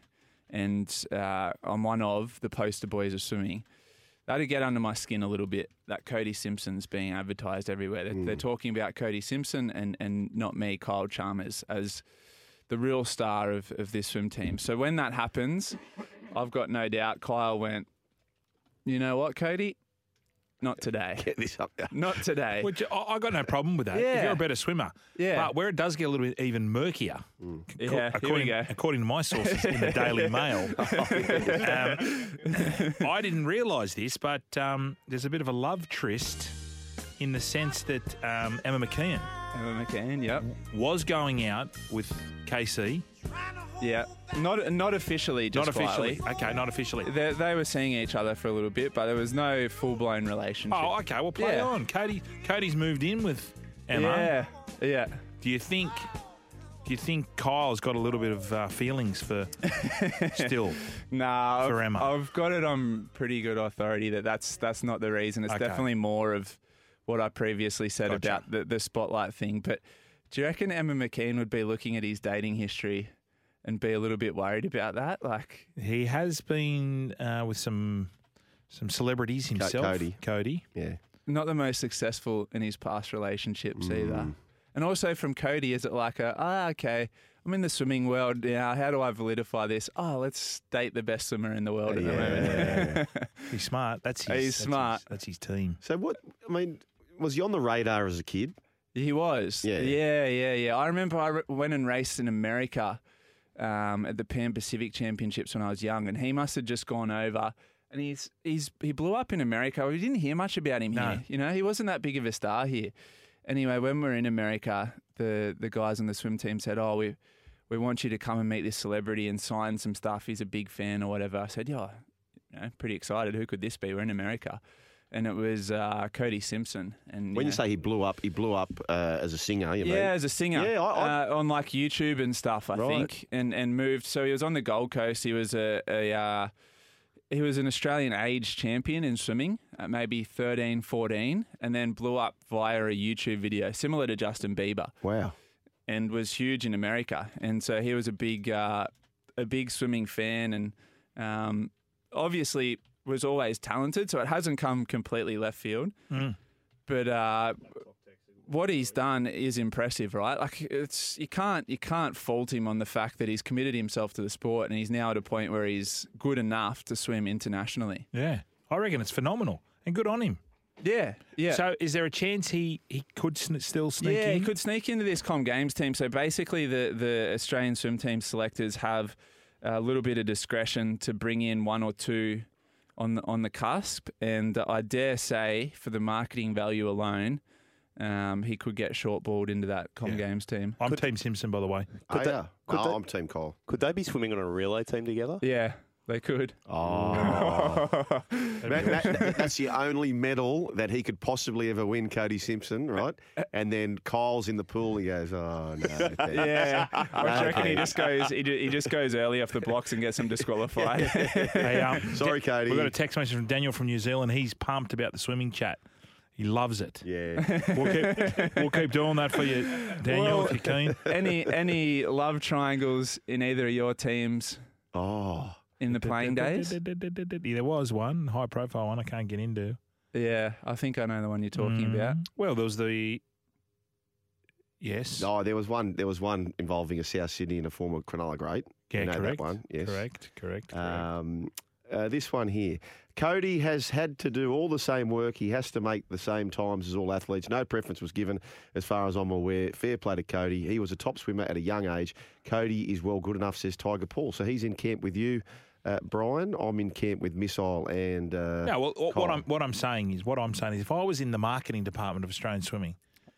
S10: and uh, I'm one of the poster boys of swimming, that'd get under my skin a little bit that Cody Simpson's being advertised everywhere. They're,
S7: Mm.
S10: they're talking about Cody Simpson and, and not me, Kyle Chalmers, as the real star of, of this swim team. So when that happens, I've got no doubt Kyle went, you know what, Cody? Not today.
S7: get this up.
S10: Not today.
S8: Which I, I got no problem with that. If
S10: Yeah.
S8: you're a better swimmer,
S10: Yeah.
S8: But where it does get a little bit even murkier,
S10: Yeah,
S8: acco-
S10: here we
S8: according,
S10: go. Oh,
S8: according to my sources in the Daily Mail, um, I didn't realise this, but um, there's a bit of a love tryst in the sense that um, Emma McKeon
S10: Emma McCann, yep.
S8: was going out with KC,
S10: Yeah. Not not officially, just
S8: not officially.
S10: quietly.
S8: Okay, not officially.
S10: They, they were seeing each other for a little bit, but there was no full blown relationship.
S8: Oh, okay. Well, play
S10: Yeah.
S8: on. Cody, Cody's moved in with Emma.
S10: Yeah. Yeah.
S8: Do you think? Do you think Kyle's got a little bit of uh, feelings for still?
S10: Nah,
S8: For
S10: I've,
S8: Emma.
S10: I've got it on pretty good authority that that's that's not the reason. It's
S8: Okay.
S10: definitely more of what I previously said
S8: Gotcha.
S10: about the, the spotlight thing. But do you reckon Emma McKean would be looking at his dating history and be a little bit worried about that? Like,
S8: He has been uh, with some some celebrities himself.
S7: Cody.
S8: Cody.
S7: Yeah.
S10: not the most successful in his past relationships either. And also from Cody, is it like a ah okay? I'm in the swimming world now. How do I validify this? Oh, let's date the best swimmer in the world at the moment.
S7: Yeah.
S8: He's smart. That's his.
S10: He's
S8: that's
S10: smart.
S8: His, that's his team.
S7: so what? I mean, was he on the radar as a kid?
S10: He was.
S7: Yeah.
S10: yeah, yeah, yeah. I remember I re- went and raced in America um, at the Pan Pacific Championships when I was young, and he must have just gone over. And he's he's he blew up in America. We didn't hear much about him
S8: No.
S10: here. You know, he wasn't that big of a star here. Anyway, when we were in America, the the guys on the swim team said, "Oh, we we want you to come and meet this celebrity and sign some stuff. He's a big fan or whatever." I said, "Yeah, you know, pretty excited. Who could this be? We're in America." and it was uh, Cody Simpson. And uh,
S7: When you
S10: yeah.
S7: say he blew up, he blew up uh, as a singer. You mean?
S10: Yeah, as a singer.
S7: Yeah, I, I,
S10: uh, on like YouTube and stuff, I
S7: Right.
S10: think, and and moved. So he was on the Gold Coast. He was a, a uh, he was an Australian age champion in swimming at maybe 13, 14, and then blew up via a YouTube video similar to Justin Bieber
S7: wow.
S10: and was huge in America. And so he was a big, uh, a big swimming fan, and um, obviously was always talented. So it hasn't come completely left field, but uh, what he's done is impressive, right? Like it's you can't you can't fault him on the fact that he's committed himself to the sport, and he's now at a point where he's good enough to swim internationally.
S8: Yeah, I reckon it's phenomenal and good on him.
S10: Yeah, yeah.
S8: So, is there a chance he he could sn- still sneak
S10: yeah,
S8: in?
S10: he could sneak into this Com Games team. So basically, the the Australian swim team selectors have a little bit of discretion to bring in one or two on the, on the cusp, and I dare say, for the marketing value alone, um, he could get shortballed into that Com Games team.
S8: I'm Team Simpson, by the way.
S7: Oh,
S9: that-
S7: yeah.
S9: could
S7: No,
S9: that-
S7: I'm Team Cole.
S9: Could they be swimming on a relay team together?
S10: Yeah, they could.
S7: Oh. That- that- that's the only medal that he could possibly ever win, Cody Simpson, right?
S10: Uh,
S7: And then Kyle's in the pool. He goes, "Oh no." thanks."
S10: Yeah, I reckon he
S7: Okay.
S10: just goes he, ju- he just goes early off the blocks and gets him disqualified.
S8: Hey, um,
S7: Sorry, Cody.
S8: We got a text message from Daniel from New Zealand. He's pumped about the swimming chat. He loves it.
S7: Yeah.
S8: We'll keep, we'll keep doing that for you, Daniel, if you're keen.
S10: any any love triangles in either of your teams
S7: Oh.
S10: in the playing days?
S8: There was one high profile one I can't get into.
S10: Yeah, I think I know the one you're talking about.
S8: Mm. Well, there was the yes,
S7: No, there was one. There was one involving a South Sydney and a former Cronulla great.
S8: yeah,
S7: you know
S8: correct,
S7: That one. Yes.
S8: correct, correct, correct.
S7: Um, uh, this one here. Cody has had to do all the same work. He has to make the same times as all athletes. No preference was given, as far as I'm aware. Fair play to Cody. He was a top swimmer at a young age. Cody is well good enough, says Tiger Paul. So he's in camp with you, uh, Brian. I'm in camp with Missile and. Uh,
S8: no, well, what, what
S7: Kyle.
S8: I'm what I'm saying is what I'm saying is if I was in the marketing department of Australian swimming,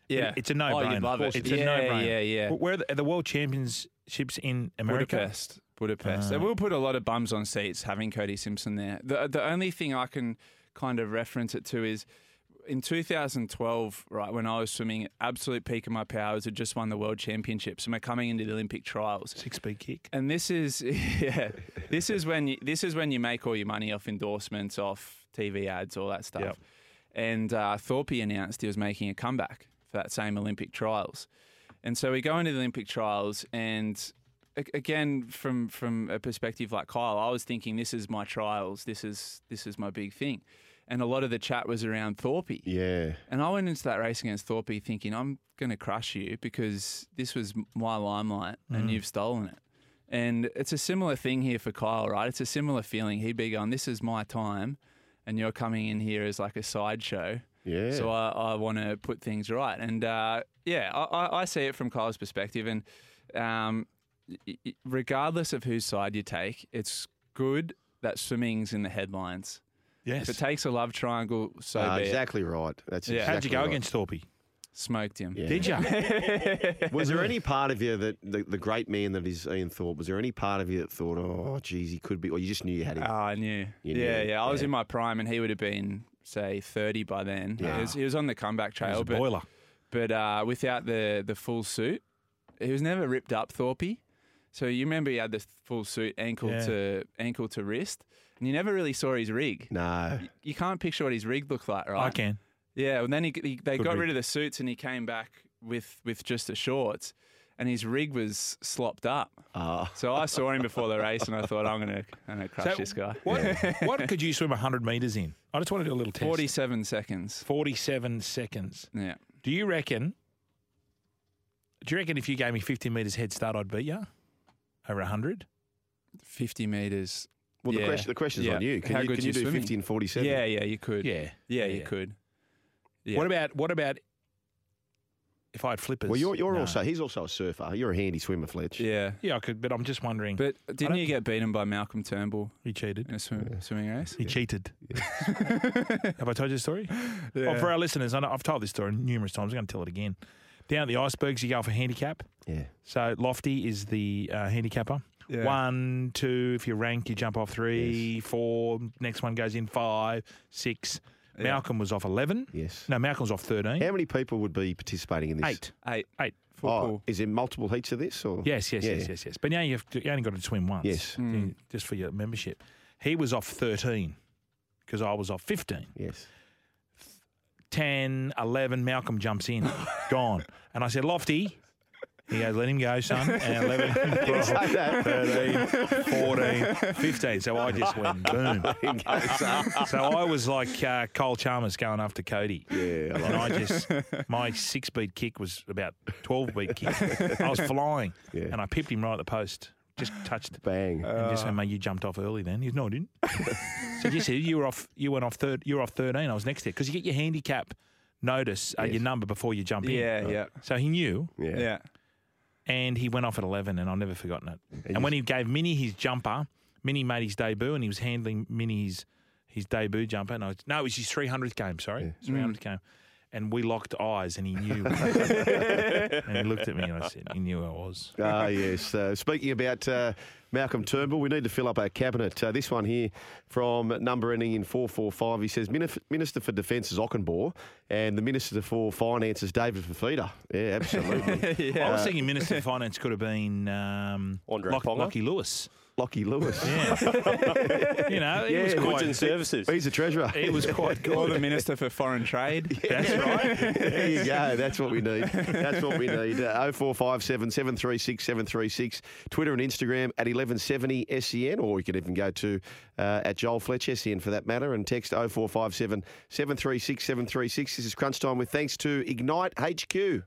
S10: Yeah,
S8: it- it's a no brainer.
S10: Oh, you'd love it.
S8: It's
S10: yeah,
S8: a no brainer.
S10: Yeah, yeah.
S8: Where are the, are the world championships in America?
S10: Budapest, Budapest.
S8: Ah.
S10: It will put a lot of bums on seats having Cody Simpson there. The the only thing I can kind of reference it to is in 2012, right when I was swimming, absolute peak of my powers, had just won the world championships, and we're coming into the Olympic trials.
S8: Six speed kick.
S10: And this is yeah, this is when you, this is when you make all your money off endorsements, off TV ads, all that stuff.
S8: Yep.
S10: And uh, Thorpe announced he was making a comeback for that same Olympic trials. And so we go into the Olympic trials, and a- again, from from a perspective like Kyle, I was thinking this is my trials, this is this is my big thing. And a lot of the chat was around Thorpe.
S7: Yeah.
S10: And I went into that race against Thorpe thinking, I'm going to crush you because this was my limelight and you've stolen it. And it's a similar thing here for Kyle, right? It's a similar feeling. He'd be going, This is my time. And you're coming in here as like a sideshow.
S7: Yeah.
S10: So I, I want to put things right. And uh, yeah, I, I, I see it from Kyle's perspective. And um, y- y- regardless of whose side you take, it's good that swimming's in the headlines.
S8: Yes.
S10: If it takes a love triangle, so
S7: Ah,
S10: be it.
S7: exactly right. That's
S10: Yeah.
S7: exactly
S8: How'd you go
S7: right.
S8: against Thorpe?
S10: Smoked him.
S7: Yeah.
S8: Did you?
S7: Was there any part of you that the, the great man that is Ian Thorpe? Was there any part of you that thought, "Oh, geez, he could be," or you just knew you had him?
S10: Oh,
S8: Ah,
S10: I knew.
S7: You
S10: yeah,
S7: knew,
S10: yeah. I was
S7: yeah.
S10: in my prime, and he would have been say thirty by then. He, was, he was on the comeback
S8: It was
S10: trail,
S8: a
S10: but,
S8: boiler.
S10: but uh, without the the full suit, he was never ripped up. Thorpe. So you remember he had the full suit, ankle
S8: Yeah.
S10: to ankle to wrist, and you never really saw his rig.
S7: no.
S10: You can't picture what his rig looked like, right?
S8: I can.
S10: Yeah, and then he, he, they
S8: Good
S10: got
S8: rig.
S10: rid of the suits, and he came back with with just the shorts, and his rig was slopped up.
S7: Ah.
S10: So I saw him before the race, and I thought, I'm gonna, I'm gonna crush
S8: So
S10: this guy.
S8: What, what could you swim 100 metres in? I just want to do a little test.
S10: 47 seconds.
S8: 47 seconds.
S10: Yeah.
S8: Do you reckon? Do you reckon if you gave me 50 metres head start, I'd beat you over 100?
S10: 50 metres.
S7: Well, the
S10: Yeah.
S7: question the question's
S10: Yeah.
S7: on you. Can
S10: How
S7: you,
S10: good's
S7: can you
S10: your
S7: do
S10: swimming?
S7: 50 and 47?
S10: Yeah, yeah, you could.
S8: Yeah.
S10: Yeah,
S8: Yeah.
S10: you could. Yeah.
S8: What about what about if I had flippers?
S7: Well, you're, you're
S8: No.
S7: also he's also a surfer. You're a handy swimmer, Fletch.
S10: Yeah.
S8: yeah, I could, but I'm just wondering.
S10: But didn't
S8: don't
S10: you get beaten by Malcolm Turnbull
S8: he cheated.
S10: in a swim, swimming race?
S8: He cheated. Have I told you the story?
S10: Yeah.
S8: Well, for our listeners, I know, I've told this story numerous times. I'm going to tell it again. Down at the icebergs, you go for handicap.
S7: Yeah.
S8: So Lofty is the uh, handicapper.
S10: Yeah.
S8: One, two. If you rank, you jump off three, four. Next one goes in five, six. Malcolm was off 11.
S7: Yes.
S8: No, Malcolm was off 13.
S7: How many people would be participating in this?
S8: Eight.
S10: Eight. Eight.
S7: Oh, is there multiple heats of this? Or
S8: Yes, yes,
S7: Yeah.
S8: yes, yes, yes. But now you have to, you only got to swim once.
S7: Yes.
S8: Mm, Just for your membership. He was off 13 because I was off 15.
S7: Yes.
S8: 10, 11, Malcolm jumps in, gone. And I said, Lofty. He goes, let him go, son. And 11, 12, 13, 14, 15. So I just went, boom. So I was like uh, Cole Chalmers going after Cody. Yeah. and I just, my six beat kick was about 12 beat kick. I was flying.
S7: Yeah.
S8: And I pipped him right at the post. Just touched.
S7: Bang.
S8: And just said, mate, you jumped off early then. He's no, I didn't. so you said you were off. You went off third. You were off thirteen. I was next there because you get your handicap notice, uh, your number before you jump
S10: Yeah,
S8: in.
S10: yeah.
S8: So he knew,
S7: yeah.
S10: Yeah.
S8: and he went off at eleven, and I've never forgotten it. And, when he gave Minnie his jumper, Minnie made his debut, and he was handling Minnie's his debut jumper. And I was, no, it was his three hundredth game. Sorry, three hundredth game. And we locked eyes, and he knew. and he looked at me, and I said, "He knew who I was."
S7: Ah, yes. Uh, speaking about uh, Malcolm Turnbull, we need to fill up our cabinet. Uh, this one here from number ending in 445. He says, "Minif- Minister for Defence is Ockenbaugh and the Minister for Finance is David Fafita. Yeah, absolutely.
S8: I was thinking Minister of Finance could have been um,
S9: Andre
S8: Lock-
S9: Ponga?
S8: Lockie Lewis.
S7: Lockie Lewis.
S8: You know, it was
S7: Yeah,
S8: quite.
S9: Goods and services.
S7: He's a treasurer.
S8: It was quite
S10: Or
S8: good.
S10: the Minister for Foreign Trade.
S8: That's right.
S7: There you go. That's what we need. That's what we need. Uh, 0457 736 736. Twitter and Instagram at 1170 SEN, E or you can even go to uh, at Joel Fletch SEN for that matter and text 0457 736 736. This is Crunch Time with thanks to Ignite HQ.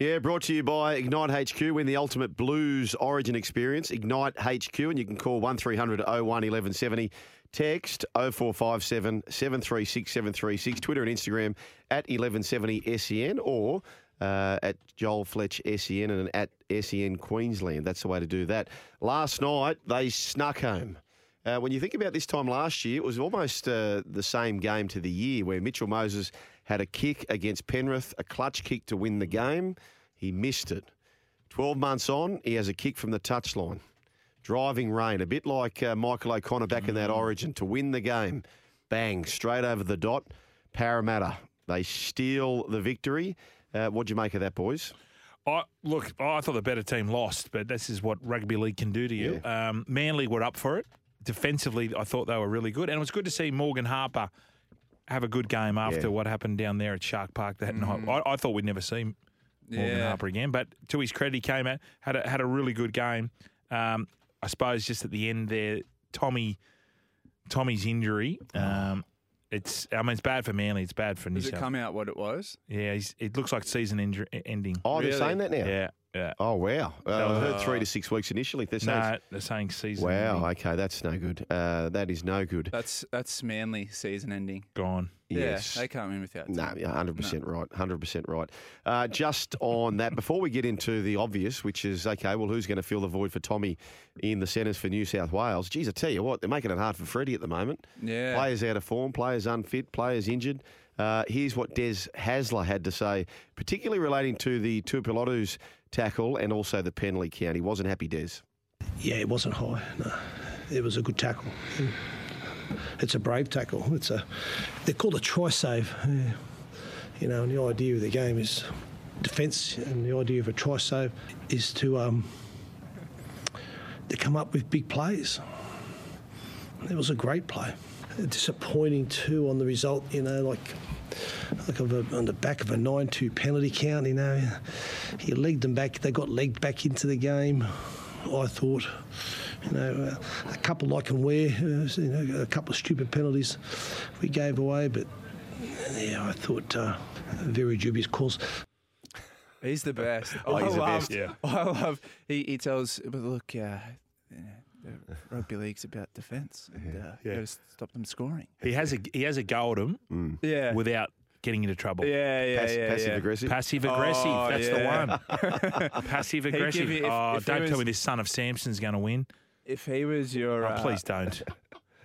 S7: Yeah, brought to you by Ignite HQ. Win the ultimate blues origin experience. Ignite HQ, and you can call 1300 01 1170. Text 0457 736 736. Twitter and Instagram at 1170 SEN E or uh, at Joel Fletch SEN and at SEN Queensland. That's the way to do that. Last night, they snuck home. Uh, when you think about this time last year, it was almost uh, the same game to the year where Mitchell Moses had a kick against Penrith, a clutch kick to win the game. He missed it. 12 months on, he has a kick from the touchline. Driving rain, a bit like uh, Michael O'Connor back in that origin to win the game. Bang, straight over the dot. Parramatta, they steal the victory. Uh, what do you make of that, boys?
S8: I, look, I thought the better team lost, but this is what rugby league can do to you. Um, Manly were up for it. Defensively, I thought they were really good. And it was good to see Morgan Harper have a good game after what happened down there at Shark Park that night. I, I thought we'd never see Morgan
S10: Mm. Yeah.
S8: Harper again. But to his credit, he came out had a, had a really good game. Um, I suppose just at the end there, Tommy Tommy's injury. Um, It's I mean it's bad for Manly. It's bad for New
S10: Does Oh. it
S8: South.
S10: come out what it was?
S8: yeah, he's, it looks like season inju- ending.
S7: Oh, they're saying that now?
S8: Yeah, yeah.
S7: Oh, wow. Uh, I heard three to six weeks initially. They're saying-
S8: No, they're saying season.
S7: Wow,
S8: ending.
S7: okay, that's no good. Uh, that is no good.
S10: That's that's Manly season ending.
S8: gone.
S7: Yes.
S10: Yeah, they can't win without.
S7: No, yeah, 100% right. 100% right. Uh, just on that, before we get into the obvious, which is, okay, well, who's going to fill the void for Tommy in the centres for New South Wales? Geez, I tell you what, they're making it hard for Freddie at the moment.
S10: Yeah.
S7: Players out of form, players unfit, players injured. Uh, here's what Des Hasler had to say, particularly relating to the Tupilotu's tackle and also the penalty count. He wasn't happy, Des.
S4: Yeah, it wasn't high. No, it was a good tackle. It's a brave tackle. It's a they're called a try save. Yeah. You know, and the idea of the game is defence, and the idea of a try save is to um, to come up with big plays. It was a great play. Disappointing too on the result. You know, like. Like of a, on the back of a 9-2 penalty count, you know, you legged them back. They got legged back into the game. I thought, you know, uh, a couple I can wear, uh, you know, a couple of stupid penalties we gave away, but yeah, I thought uh, very dubious calls.
S10: He's the best.
S7: Oh, he's
S10: I
S7: the
S10: love,
S7: best, yeah.
S10: I love. He, he tells, but look, uh, you know, the rugby league's about defence. And, uh, You got to stop them scoring.
S8: He has a he has a go at 'em
S10: Yeah.
S8: without getting into trouble.
S10: yeah, yeah,
S7: Mm. Pass-
S10: yeah,
S7: passive
S10: yeah.
S7: aggressive.
S8: Passive aggressive.
S10: Oh,
S8: That's
S10: yeah.
S8: the one. Passive
S10: give
S8: aggressive.
S10: you- if-
S8: oh,
S10: if he
S8: don't tell
S10: was-
S8: me this son of Samson's going to win.
S10: If he was your,
S8: Oh,
S10: uh,
S8: please don't.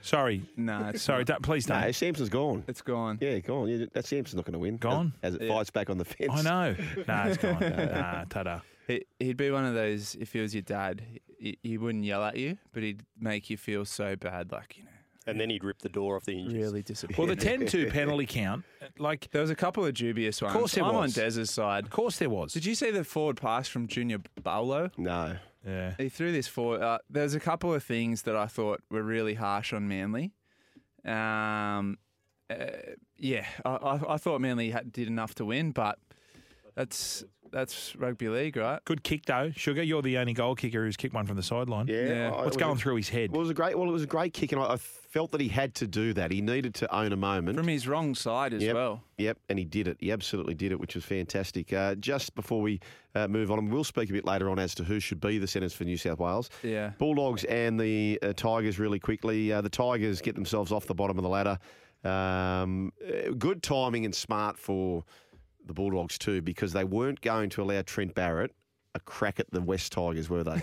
S8: Sorry.
S10: Nah, it's
S8: Sorry. Don't, please
S7: No,
S8: don't.
S7: Samson's gone.
S10: it's gone.
S7: Yeah, gone. Yeah, that Samson's not going to win.
S8: Gone?
S7: As, as it fights back on the fence.
S8: I know. Nah, it's gone. nah, ta-da.
S10: He, he'd be one of those. If he was your dad, he, he wouldn't yell at you, but he'd make you feel so bad, like you know.
S9: And then he'd rip the door off the hinges.
S10: Really disappeared.
S8: Well, the 10-2 penalty count, like
S10: there was a couple of dubious ones.
S8: Of course there
S10: I'm
S8: was.
S10: on Dez's side. Of
S8: course there was.
S10: Did you see the forward pass from Junior Barlow?
S7: No.
S8: Yeah.
S10: He threw this forward. Uh, there's a couple of things that I thought were really harsh on Manly. Um, uh, yeah, I, I, I thought Manly had, did enough to win, but that's that's rugby league, right?
S8: Good kick though, Sugar. You're the only goal kicker who's kicked one from the sideline.
S7: Yeah, I-
S8: What's
S7: it
S8: going
S7: was a-
S8: through his head?
S7: Well, it was a great. Well, it was a great kick, and I, I felt that he had to do that. He needed to own a moment
S10: from his wrong side as
S7: yep,
S10: well.
S7: Yep, and he did it. He absolutely did it, which was fantastic. Uh, just before we uh, move on, and we'll speak a bit later on as to who should be the centres for New South Wales.
S10: Yeah.
S7: Bulldogs and the uh, Tigers really quickly. Uh, the Tigers get themselves off the bottom of the ladder. Um, uh, good timing and smart for the Bulldogs too, because they weren't going to allow Trent Barrett a crack at the West Tigers, were they?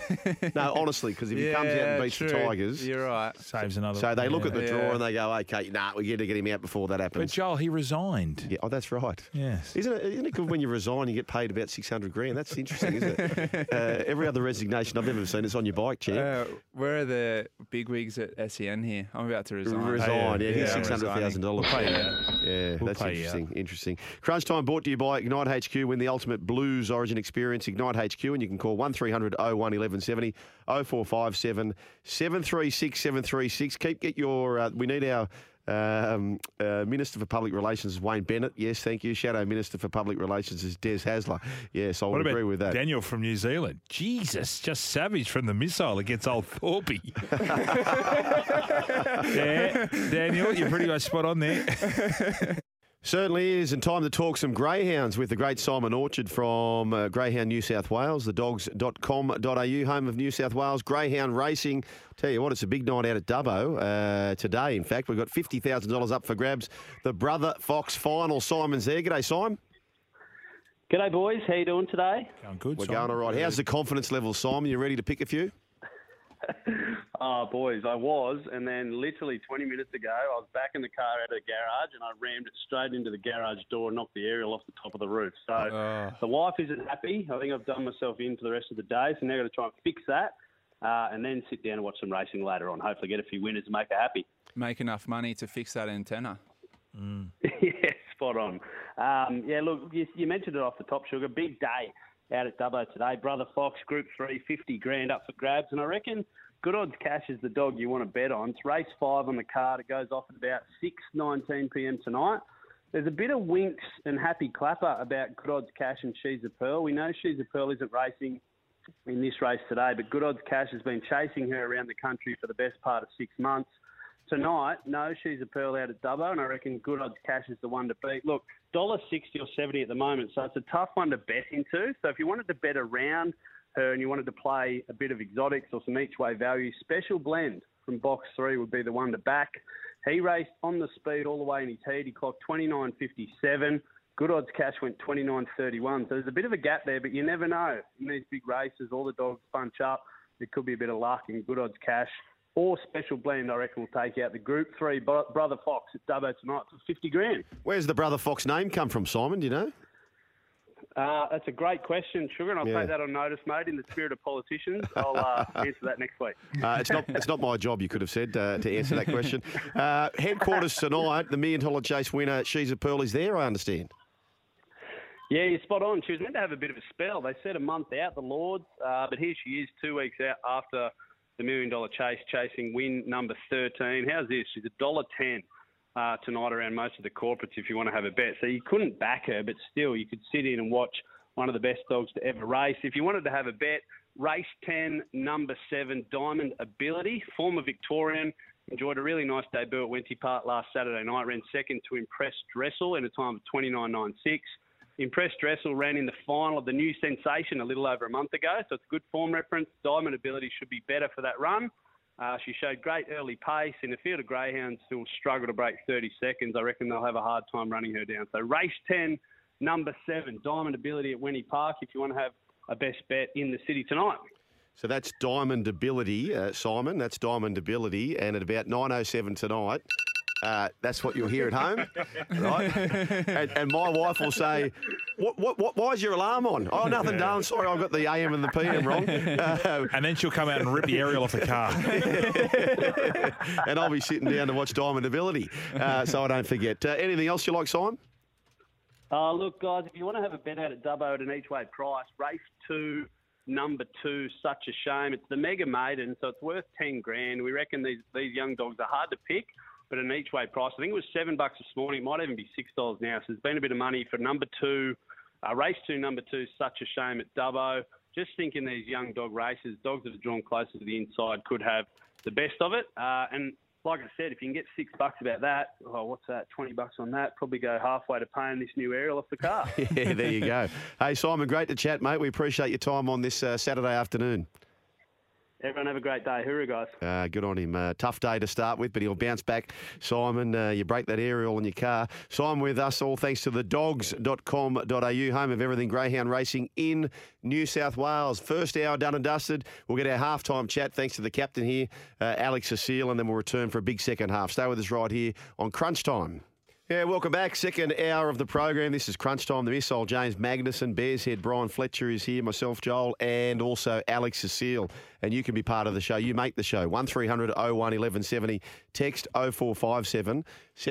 S7: no, honestly, because if he comes out and
S10: Yeah,
S7: beats the
S10: true.
S7: Tigers,
S10: You're right.
S8: Saves another.
S7: so they look at the
S8: Yeah.
S7: draw and they go, okay, nah, we got to get him out before that
S8: But
S7: happens.
S8: Joel, he resigned.
S7: Yeah, oh, that's right.
S8: Yes.
S7: Isn't it, isn't it good when you resign, you get paid about 600 grand? That's interesting, isn't it? uh, every other resignation I've ever seen is on your bike, Chad.
S10: Uh, where are the big wigs at SEN here? I'm about to resign.
S7: Resign, yeah, he's
S10: I'm
S7: six hundred thousand dollars.
S10: resigning.
S7: Yeah,
S10: We'll
S7: that's
S10: pay you
S7: interesting. Interesting. Crunch time brought to you by Ignite HQ. Win the ultimate Blues Origin experience. Ignite HQ, and you can call 1300 01 1170 0457 736 736. Keep get your. Uh, we need our. Um, uh, Minister for Public Relations Wayne Bennett. Yes, thank you. Shadow Minister for Public Relations is Des Hasler. Yes, I
S8: What
S7: would
S8: about
S7: agree with that.
S8: Daniel from New Zealand? Jesus, just savage from the missile against old Thorpe. yeah, Daniel, you're pretty much spot on there.
S7: Certainly is, and time to talk some greyhounds with the great Simon Orchard from uh, Greyhound New South Wales, the dogs.com.au, home of New South Wales Greyhound Racing. Tell you what, it's a big night out at Dubbo uh, today. In fact, we've got $50,000 up for grabs. The Brother Fox final. Simon's there. G'day, Simon.
S11: G'day, boys. How you doing today?
S8: Going good.
S7: We're going all right. How's the confidence level, Simon? You ready to pick a few?
S11: Ah, boys, I was, and then literally 20 minutes ago, I was back in the car out of the garage, and I rammed it straight into the garage door and knocked the aerial off the top of the roof. So
S8: Ah.
S11: the wife isn't happy. I think I've done myself in for the rest of the day, so now I've got to try and fix that, uh, and then sit down and watch some racing later on. Hopefully, get a few winners and make her happy.
S10: Make enough money to fix that antenna.
S11: yeah, spot on. Um, yeah, look, you, you mentioned it off the top, Sugar. Big day out at Dubbo today. Brother Fox, Group 3, 50 grand up for grabs. And I reckon Good Odds Cash is the dog you want to bet on. It's race five on the card. It goes off at about 6.19 p.m. tonight. There's a bit of winks and happy clapper about Good Odds Cash and She's a Pearl. We know She's a Pearl isn't racing in this race today, but Good Odds Cash has been chasing her around the country for the best part of six months tonight, no, she's a pearl out of Dubbo, and I reckon good odds cash is the one to beat. Look, dollar sixty or seventy at the moment, so it's a tough one to bet into. So if you wanted to bet around her and you wanted to play a bit of exotics or some each way value, special blend from box three would be the one to back. He raced on the speed all the way in his heat. He clocked twenty nine fifty seven. Good odds cash went 29.31. So there's a bit of a gap there, but you never know. In these big races, all the dogs bunch up. There could be a bit of luck and good odds cash or special blend. I reckon will take out the Group Three Bro- Brother Fox at Dubbo tonight for 50 grand.
S7: Where's the Brother Fox name come from, Simon? Do you know?
S11: Uh, that's a great question, Sugar, and I'll
S7: Yeah.
S11: take that on notice, mate. In the spirit of politicians, I'll uh, answer that next week.
S7: Uh, it's not. It's not my job. You could have said uh, to answer that question. Uh, headquarters tonight. The million dollar chase winner, She's a Pearl, is there. I understand.
S11: Yeah, you're spot on. She was meant to have a bit of a spell. They said a month out, the Lords, uh, but here she is, two weeks out after the million dollar chase, chasing win number 13. How's this? She's a dollar ten uh, tonight around most of the corporates if you want to have a bet. So you couldn't back her, but still you could sit in and watch one of the best dogs to ever race. If you wanted to have a bet, race 10, number 7, Diamond Ability, former Victorian. Enjoyed a really nice debut at Wenty Park last Saturday night. Ran second to Impressed Dressel in a time of 29.96. Impressed Dressel ran in the final of the new sensation a little over a month ago, so it's a good form reference. Diamond Ability should be better for that run. Uh, she showed great early pace in a field of greyhounds who will struggle to break 30 seconds. I reckon they'll have a hard time running her down. So race 10, number seven, Diamond Ability at Winnie Park. If you want to have a best bet in the city tonight.
S7: So that's Diamond Ability, uh, Simon. That's Diamond Ability, and at about nine oh seven tonight, Uh, that's what you'll hear at home, right? And, and my wife will say, what, what, what, why is your alarm on? Oh, nothing, darling. Sorry, I've got the AM and the PM Oh, wrong. Uh,
S8: and then she'll come out and rip the aerial off the car.
S7: and I'll be sitting down to watch Diamond Ability uh, so I don't forget. Uh, anything else you like, Simon?
S11: Uh, look, guys, if you want to have a bet out at Dubbo at an each way price, race two, number two, such a shame. It's the Mega Maiden, so it's worth 10 grand. We reckon these, these young dogs are hard to pick, but an each way price, I think it was seven bucks this morning, it might even be $6 now. So there's been a bit of money for number two, uh, race two, number two, such a shame at Dubbo. Just thinking these young dog races, dogs that are drawn closer to the inside could have the best of it. Uh, and like I said, if you can get six bucks about that, oh, what's that? Twenty bucks on that, probably go halfway to paying this new aerial off the car.
S7: Yeah, there you go. Hey, Simon, great to chat, mate. We appreciate your time on this uh, Saturday afternoon.
S11: Everyone have a great day. Hoorah, guys.
S7: Uh, good on him. Uh, tough day to start with, but he'll bounce back. Simon, uh, you break that aerial in your car. Simon with us, all thanks to the dogs.com.au, home of everything greyhound racing in New South Wales. First hour done and dusted. We'll get our halftime chat thanks to the captain here, uh, Alex Cecile, and then we'll return for a big second half. Stay with us right here on Crunch Time. Yeah, welcome back. Second hour of the program. This is Crunch Time. The missile, James Magnuson, Bears Head, Brian Fletcher is here, myself, Joel, and also Alex Cecile. And you can be part of the show. You make the show. 1300 01 1170. Text 0457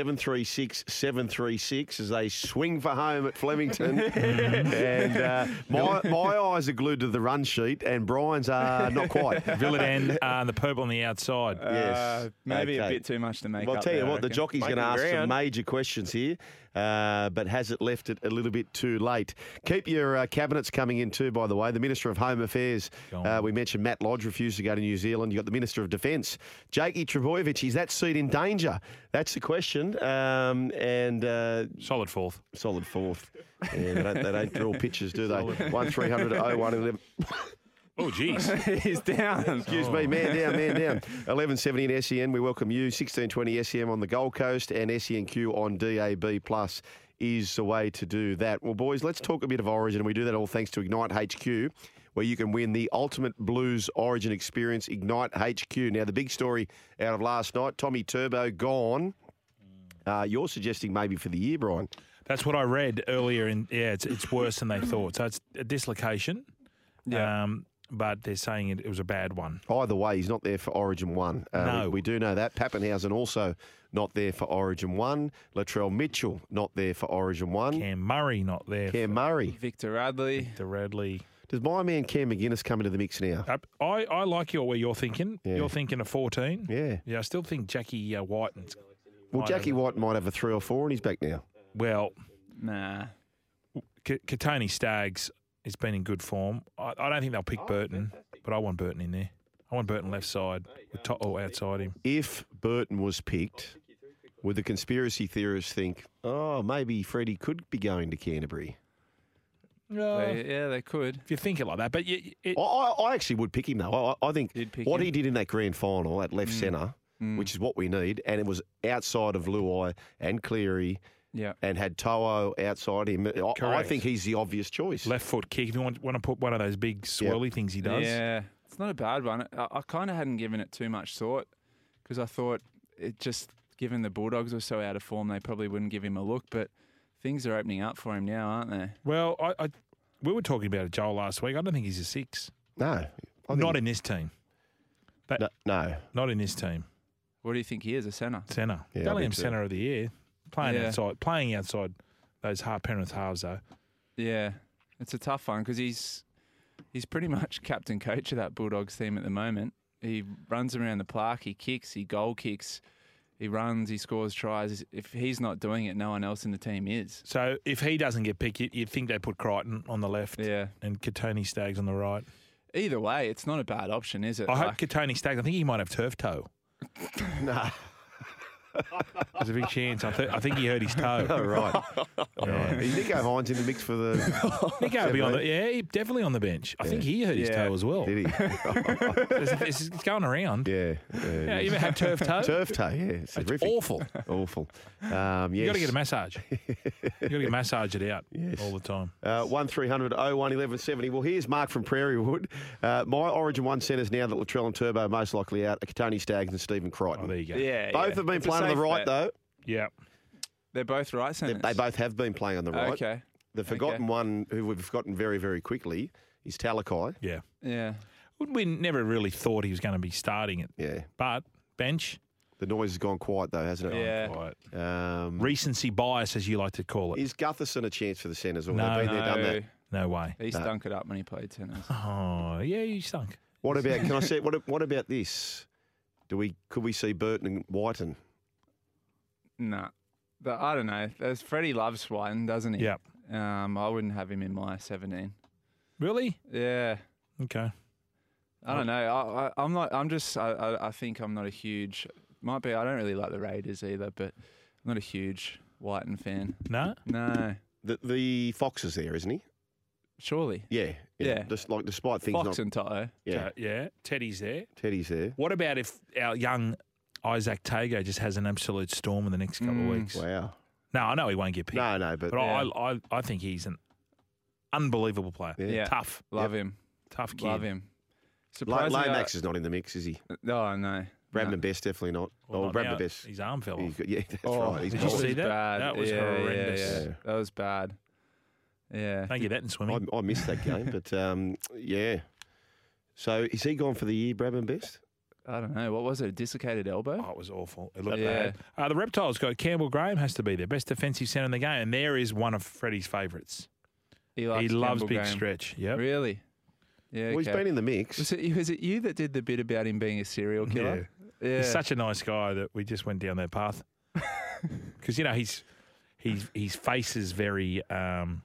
S7: 736 736 as they swing for home at Flemington. and uh, my, my eyes are glued to the run sheet, and Brian's are Uh, not quite.
S8: Villet and uh, the purple on the outside.
S7: Yes.
S10: Uh, maybe a
S7: Okay.
S10: bit too much to make
S7: Well,
S10: up
S7: I'll tell you
S10: there, I
S7: what, the
S10: reckon.
S7: jockey's
S10: Make
S7: going to
S10: it
S7: ask some
S10: grand.
S7: major questions here, uh, but has it left it a little bit too late? Keep your uh, cabinets coming in too, by the way. The Minister of Home Affairs, uh, we mentioned Matt Lodge refused to go to New Zealand. You've got the Minister of Defence, Jakey Trebojevic. Is that seat in danger? That's the question. Um, and uh,
S8: Solid fourth.
S7: Solid fourth. Yeah, they, don't, they don't draw pictures, do they? 1300 01 11.
S8: Oh, jeez.
S10: He's down.
S7: Excuse me, man down, man down. 1170 in SEN, we welcome you. 1620 SEM E on the Gold Coast and SENQ on DAB Plus is the way to do that. Well, boys, let's talk a bit of Origin. We do that all thanks to Ignite HQ, where you can win the ultimate blues Origin experience, Ignite HQ. Now, the big story out of last night, Tommy Turbo gone. Uh, you're suggesting maybe for the year, Brian.
S8: That's what I read earlier. In yeah, it's it's worse than they thought. So it's a dislocation. Yeah. Um, but they're saying it, it was a bad one.
S7: Either way, he's not there for Origin 1. Uh,
S8: No.
S7: we, we do know that. Pappenhausen also not there for Origin 1. Latrell Mitchell not there for Origin 1.
S8: Cam Murray not there.
S7: Cam Murray.
S10: Victor Radley.
S8: Victor Radley.
S7: Does my man Cam McGuinness come into the mix now?
S8: Uh, I, I like your where you're thinking.
S7: Yeah.
S8: You're thinking of 14.
S7: Yeah.
S8: Yeah, I still think Jackie uh, White. And,
S7: Well,
S8: Might
S7: Jackie
S8: have-
S7: White might have a three or four and he's back now.
S8: well,
S10: Nah.
S8: K- Katani Staggs has been in good form. I, I don't think they'll
S7: Oh,
S8: pick Burton, but I want Burton in there. I want Burton left side, with to- or outside him.
S7: If Burton was picked, would the conspiracy theorists think, oh, maybe Freddie could be going to Canterbury?
S10: They- yeah, they could.
S8: Uh, If you think it like that, but you, it,
S7: I, I I actually would pick him though. I, I think
S10: pick
S7: what
S10: him?
S7: he did in that grand final at left centre,
S10: Mm.
S7: which is what we need, and it was outside of Luai and Cleary,
S10: Yeah.
S7: and had Toho outside him. I, I
S8: Correct.
S7: think he's the obvious choice.
S8: left foot kick. If you want, want to put one of those big swirly things he does,
S10: Yeah, it's not a bad one. I, I kind of hadn't given it too much thought because I thought it just, given the Bulldogs were so out of form, they probably wouldn't give him a look. But things are opening up for him now, aren't they?
S8: Well, I, I we were talking about it, Joel, last week. I don't think he's a six.
S7: No,
S8: Not in this team. But
S7: no,
S8: not in this team.
S10: What do you think he is? A centre?
S8: Centre.
S7: Yeah, I
S8: Bellingham
S7: think so.
S8: centre of the year. Playing
S10: Yeah.
S8: outside playing outside those half Penrith halves though.
S10: Yeah, it's a tough one because he's he's pretty much captain coach of that Bulldogs team at the moment. He runs around the park, he kicks, he goal kicks, he runs, he scores tries. If he's not doing it, no one else in the team is.
S8: So if he doesn't get picked, you'd- you'd think they put Crichton on the left
S10: Yeah.
S8: and Katoni Staggs on the right.
S10: Either way, it's not a bad option, is it?
S8: I hope
S10: Like-
S8: Katoni Staggs, I think he might have turf toe.
S7: no.
S8: There's a big chance. I, th- I think he hurt his toe.
S7: Oh, right. right. Is Nico Hines in the mix for the?
S8: Nico would be on the, yeah, he- definitely on the bench. I think he hurt his
S10: Yeah.
S8: toe as well.
S7: Did he?
S8: It's, it's- it's going around.
S7: Yeah.
S8: Yeah, you ever had turf toe?
S7: Turf toe. Yeah, it's terrific.
S8: awful.
S7: Awful. Um, yes.
S8: You got to get a massage. you got to get massaged it out all the time.
S7: Uh, 1300 01 1170. Well, here's Mark from Prairie Wood. Uh, my Origin 1 centres now that Latrell and Turbo are most likely out are Katoni Staggs and Stephen Crichton.
S8: Oh, there you go.
S10: yeah,
S7: Both
S10: yeah.
S7: have been
S10: It's a
S7: playing on
S10: safe
S7: the right,
S10: bet.
S7: though.
S8: Yeah.
S10: They're both right
S7: They,
S10: centers.
S7: they both have been playing on the right.
S10: Okay.
S7: The forgotten one, who we've forgotten very, very quickly, is Talakai.
S8: Yeah.
S10: Yeah.
S8: We never really thought he was going to be starting it.
S7: Yeah.
S8: But bench.
S7: The noise has gone quiet, though, Oh, hasn't it?
S8: Yeah.
S7: Um,
S8: Recency bias, as you like to call it.
S7: Is Gutherson a chance for the centres? Or
S8: No.
S7: they've been there, done that.
S8: No way.
S10: He
S7: No.
S10: stunk it up when he played tennis.
S8: Oh, yeah, you stunk.
S7: What about? Can I say? What, what about this? Do we? Could we see Burton and Whiten?
S10: Nah. But I don't know. There's Freddie loves Whiten, doesn't he?
S8: Yep.
S10: Um, I wouldn't have him in my 17.
S8: Really?
S10: Yeah.
S8: Okay.
S10: I don't know. I, I, I'm not. I'm just. I, I, I think I'm not a huge. Might be. I don't really like the Raiders either, but I'm not a huge Whiten fan.
S8: No.
S10: No.
S7: The the Fox is there, isn't he?
S10: Surely.
S7: Yeah.
S10: Yeah.
S7: Just like despite things.
S10: Fox
S7: not,
S10: and Toto.
S7: Yeah.
S8: Uh, yeah. Teddy's there.
S7: Teddy's there.
S8: What about if our young Isaac Tago just has an absolute storm in the next couple
S10: Mm.
S8: of weeks?
S7: Wow.
S8: No, I know he won't get picked.
S7: No, no, but
S8: But I, I, I think he's an unbelievable player.
S10: Yeah.
S8: Tough.
S10: Love him.
S8: Tough kid.
S10: Love him. uh,
S7: La-
S10: Surprisingly,
S8: uh,
S10: I-
S7: Lomax is not in the mix, is he?
S10: No, no.
S7: Brabham Best definitely not.
S8: Well,
S7: oh,
S8: not now.
S7: Brabham Best.
S8: His arm fell
S7: He's
S8: off.
S7: got- yeah, that's
S8: Oh,
S7: right. He's
S8: did you
S7: old.
S8: see that?
S10: Bad.
S8: That was
S10: Yeah, yeah,
S8: horrendous.
S10: yeah.
S7: Yeah.
S10: That was bad. Yeah.
S8: Don't get that in swimming.
S7: I, I missed that game, but um, yeah. So is he gone for the year, Brabham Best?
S10: I don't know. What was it? A dislocated elbow?
S8: Oh, it was awful. It looked
S10: Yeah.
S8: bad. Uh, the Reptiles go. Campbell Graham has to be their best defensive centre in the game, and there is one of Freddie's favourites.
S10: He,
S8: He loves
S10: Campbell
S8: big
S10: Graham.
S8: stretch. Yep.
S10: Really? Yeah.
S7: Well, he's
S10: okay.
S7: been in the mix.
S10: Was it, was it you that did the bit about him being a serial killer? Yeah.
S8: He's such a nice guy that we just went down that path. Because you know he's he's his face is very um,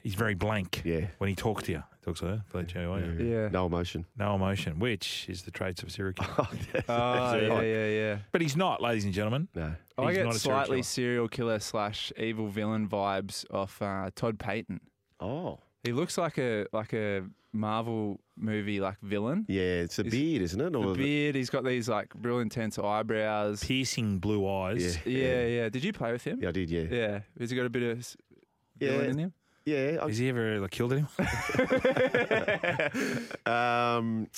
S8: he's very blank.
S7: Yeah.
S8: When he talks to you, he talks like that. Joe, aren't you?
S10: yeah.
S7: No emotion.
S8: No emotion, which is the traits of a serial killer.
S10: Oh, yeah,
S7: right.
S10: yeah, yeah. Oh,
S8: But he's not, ladies and gentlemen.
S7: No.
S10: I
S8: He's
S10: get
S8: not a serial
S10: slightly
S8: killer.
S10: serial killer slash evil villain vibes off uh, Todd Payton.
S7: Oh.
S10: He looks like a like a Marvel movie like villain.
S7: Yeah, it's a beard, isn't it?
S10: The
S7: Or
S10: beard, he's got these like real intense eyebrows.
S8: piercing blue eyes.
S7: Yeah.
S10: Yeah, yeah. Did you play with him?
S7: Yeah, I did, yeah.
S10: Yeah. Has he got a bit of s-
S7: Yeah.
S10: villain in him?
S7: Yeah. I-
S8: Has he ever like, killed anyone?
S7: Um,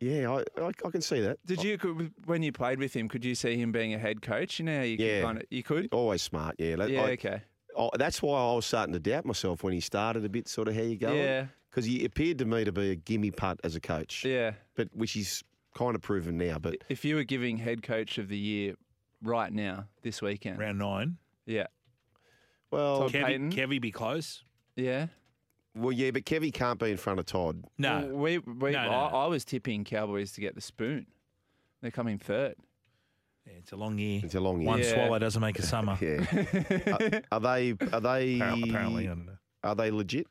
S7: yeah, I, I, I can see that.
S10: Did you could, when you played with him? Could you see him being a head coach? You know, how you could
S7: Yeah. Oh,
S10: kind of, you could.
S7: Always smart, yeah. That-
S10: Yeah,
S7: I-
S10: okay.
S7: I, that's why I was starting to doubt myself when he started a bit, sort of how you going.
S10: Yeah.
S7: Because he appeared to me to be a gimme punt as a coach,
S10: Yeah.
S7: but which he's kind of proven now. But
S10: If you were giving head coach of the year right now this weekend,
S8: Round nine.
S10: yeah,
S7: well,
S10: Todd Payton?
S8: Kevy, Kevy be close.
S10: yeah.
S7: well, yeah, but Kevy can't be in front of Todd.
S8: No.
S10: Well, we, we
S8: No, no,
S10: I,
S8: no.
S10: I was tipping Cowboys to get the spoon. They're coming third.
S8: Yeah, it's a long year.
S7: It's a long year.
S8: One
S10: Yeah.
S8: swallow doesn't make a summer.
S7: Yeah. are, are they? Are they?
S8: Apparently, apparently, I don't know.
S7: Are they legit?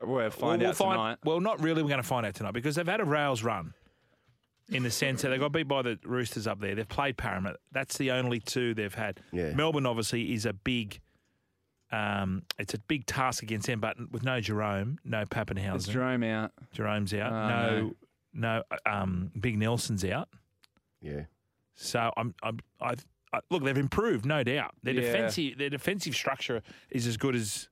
S10: We'll find
S8: well,
S10: out
S8: we'll
S10: tonight.
S8: Well, not really. We're going to find out tonight because they've had a rails run in the sense that they got beat by the Roosters up there. They've played Parramatta. That's the only two they've had.
S7: Yeah.
S8: Melbourne obviously is a big. Um, it's a big task against them, but with no Jerome, no
S10: It's
S8: Pappenhausen,
S10: Jerome out.
S8: Jerome's out.
S10: Oh,
S8: no, no, um, Big Nelson's out.
S7: Yeah.
S8: So I'm, I'm, I, I look, they've improved, no doubt. Their
S10: Yeah.
S8: defensive, their defensive structure is as good as,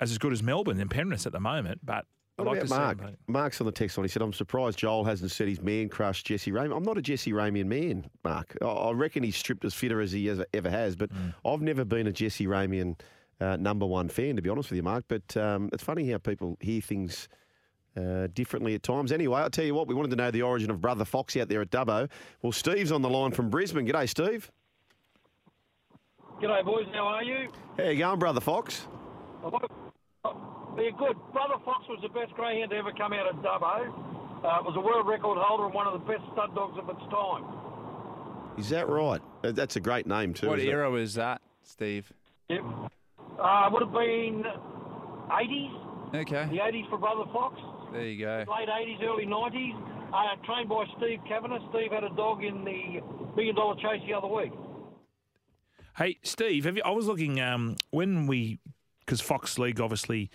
S8: as as good as Melbourne and Penrith at the moment. But
S7: What
S8: I like
S7: about
S8: to see them
S7: Mark?
S8: play.
S7: Mark's on the text line. He said, "I'm surprised Joel hasn't said he's man crushed Jesse Ramian. I'm not a Jesse Ramian man, Mark. I, I reckon he's stripped as fitter as he has, ever has. But
S8: Mm.
S7: I've never been a Jesse Ramian uh, number one fan, to be honest with you, Mark. But um, it's funny how people hear things." Uh, differently at times. Anyway, I'll tell you what, we wanted to know the origin of Brother Fox out there at Dubbo. Well, Steve's on the line from Brisbane. G'day, Steve.
S12: G'day, boys. How are you?
S7: How you going, Brother Fox?
S12: They're good. Brother Fox was the best greyhound to ever come out of Dubbo. Uh, it was a world record holder and one of the best stud dogs of its time.
S7: Is that right? Uh, That's a great name, too.
S10: What
S7: isn't it?
S10: era was that, Steve?
S12: Yep. Uh, would have been 80s, the
S10: Okay,
S12: 80s for Brother Fox,
S10: there you go.
S12: late 80s, early 90s. Uh, trained by Steve Kavanagh. Steve had a dog in the million dollar chase the other week.
S8: Hey, Steve, have you, I was looking um, when we because Fox League obviously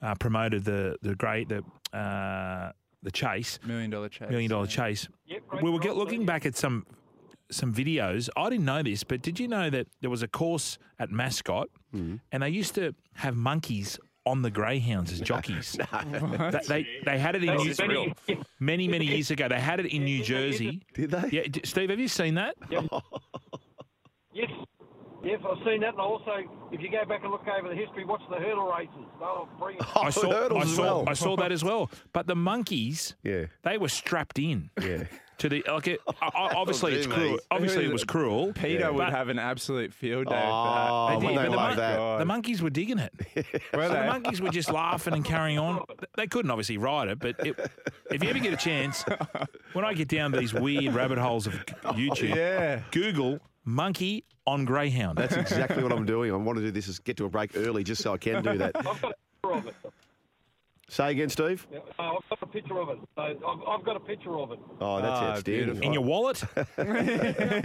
S8: uh, promoted the the great the uh, the chase
S10: Million dollar chase.
S8: million dollar chase.
S12: Yep, great
S8: we were
S12: price,
S8: get, looking
S12: yeah.
S8: back at some some videos. I didn't know this, but did you know that there was a course at Mascot, and they used to have monkeys on the greyhounds as jockeys. They, they they had it in
S12: This
S8: New
S12: is real.
S8: many many years ago. They had it in New Jersey.
S7: Did they?
S8: Yeah, d- Steve, have you seen that?
S12: Yes, yes, I've seen that. And also, if you go back and look over the history, watch the hurdle races. They were brilliant.
S8: I saw, I, saw, I saw that as well. But the monkeys,
S7: yeah,
S8: they were strapped in.
S7: Yeah.
S8: To the like, it, o- o- obviously it's
S10: Jeez.
S8: cruel. Obviously it was cruel.
S10: Peter would
S8: but-
S10: have an absolute field day.
S8: Oh,
S10: for that.
S8: They did, but the, mon- the
S10: God.
S8: monkeys were digging it.
S10: Were
S8: So
S10: they?
S8: the monkeys were just laughing and carrying on. They couldn't obviously ride it, but it, if you ever get a chance, when I get down these weird rabbit holes of YouTube,
S10: yeah.
S8: Google monkey on greyhound.
S7: That's exactly what I'm doing. I want to do this is get to a break early just so I can do that.
S12: I've got a picture of it.
S7: Say again, Steve.
S12: Yeah, uh, I've got a picture of it. So I've, I've got a picture of it.
S7: Oh, that's
S10: Ah,
S7: outstanding. Ah,
S10: beautiful.
S8: In your wallet?
S12: No, no,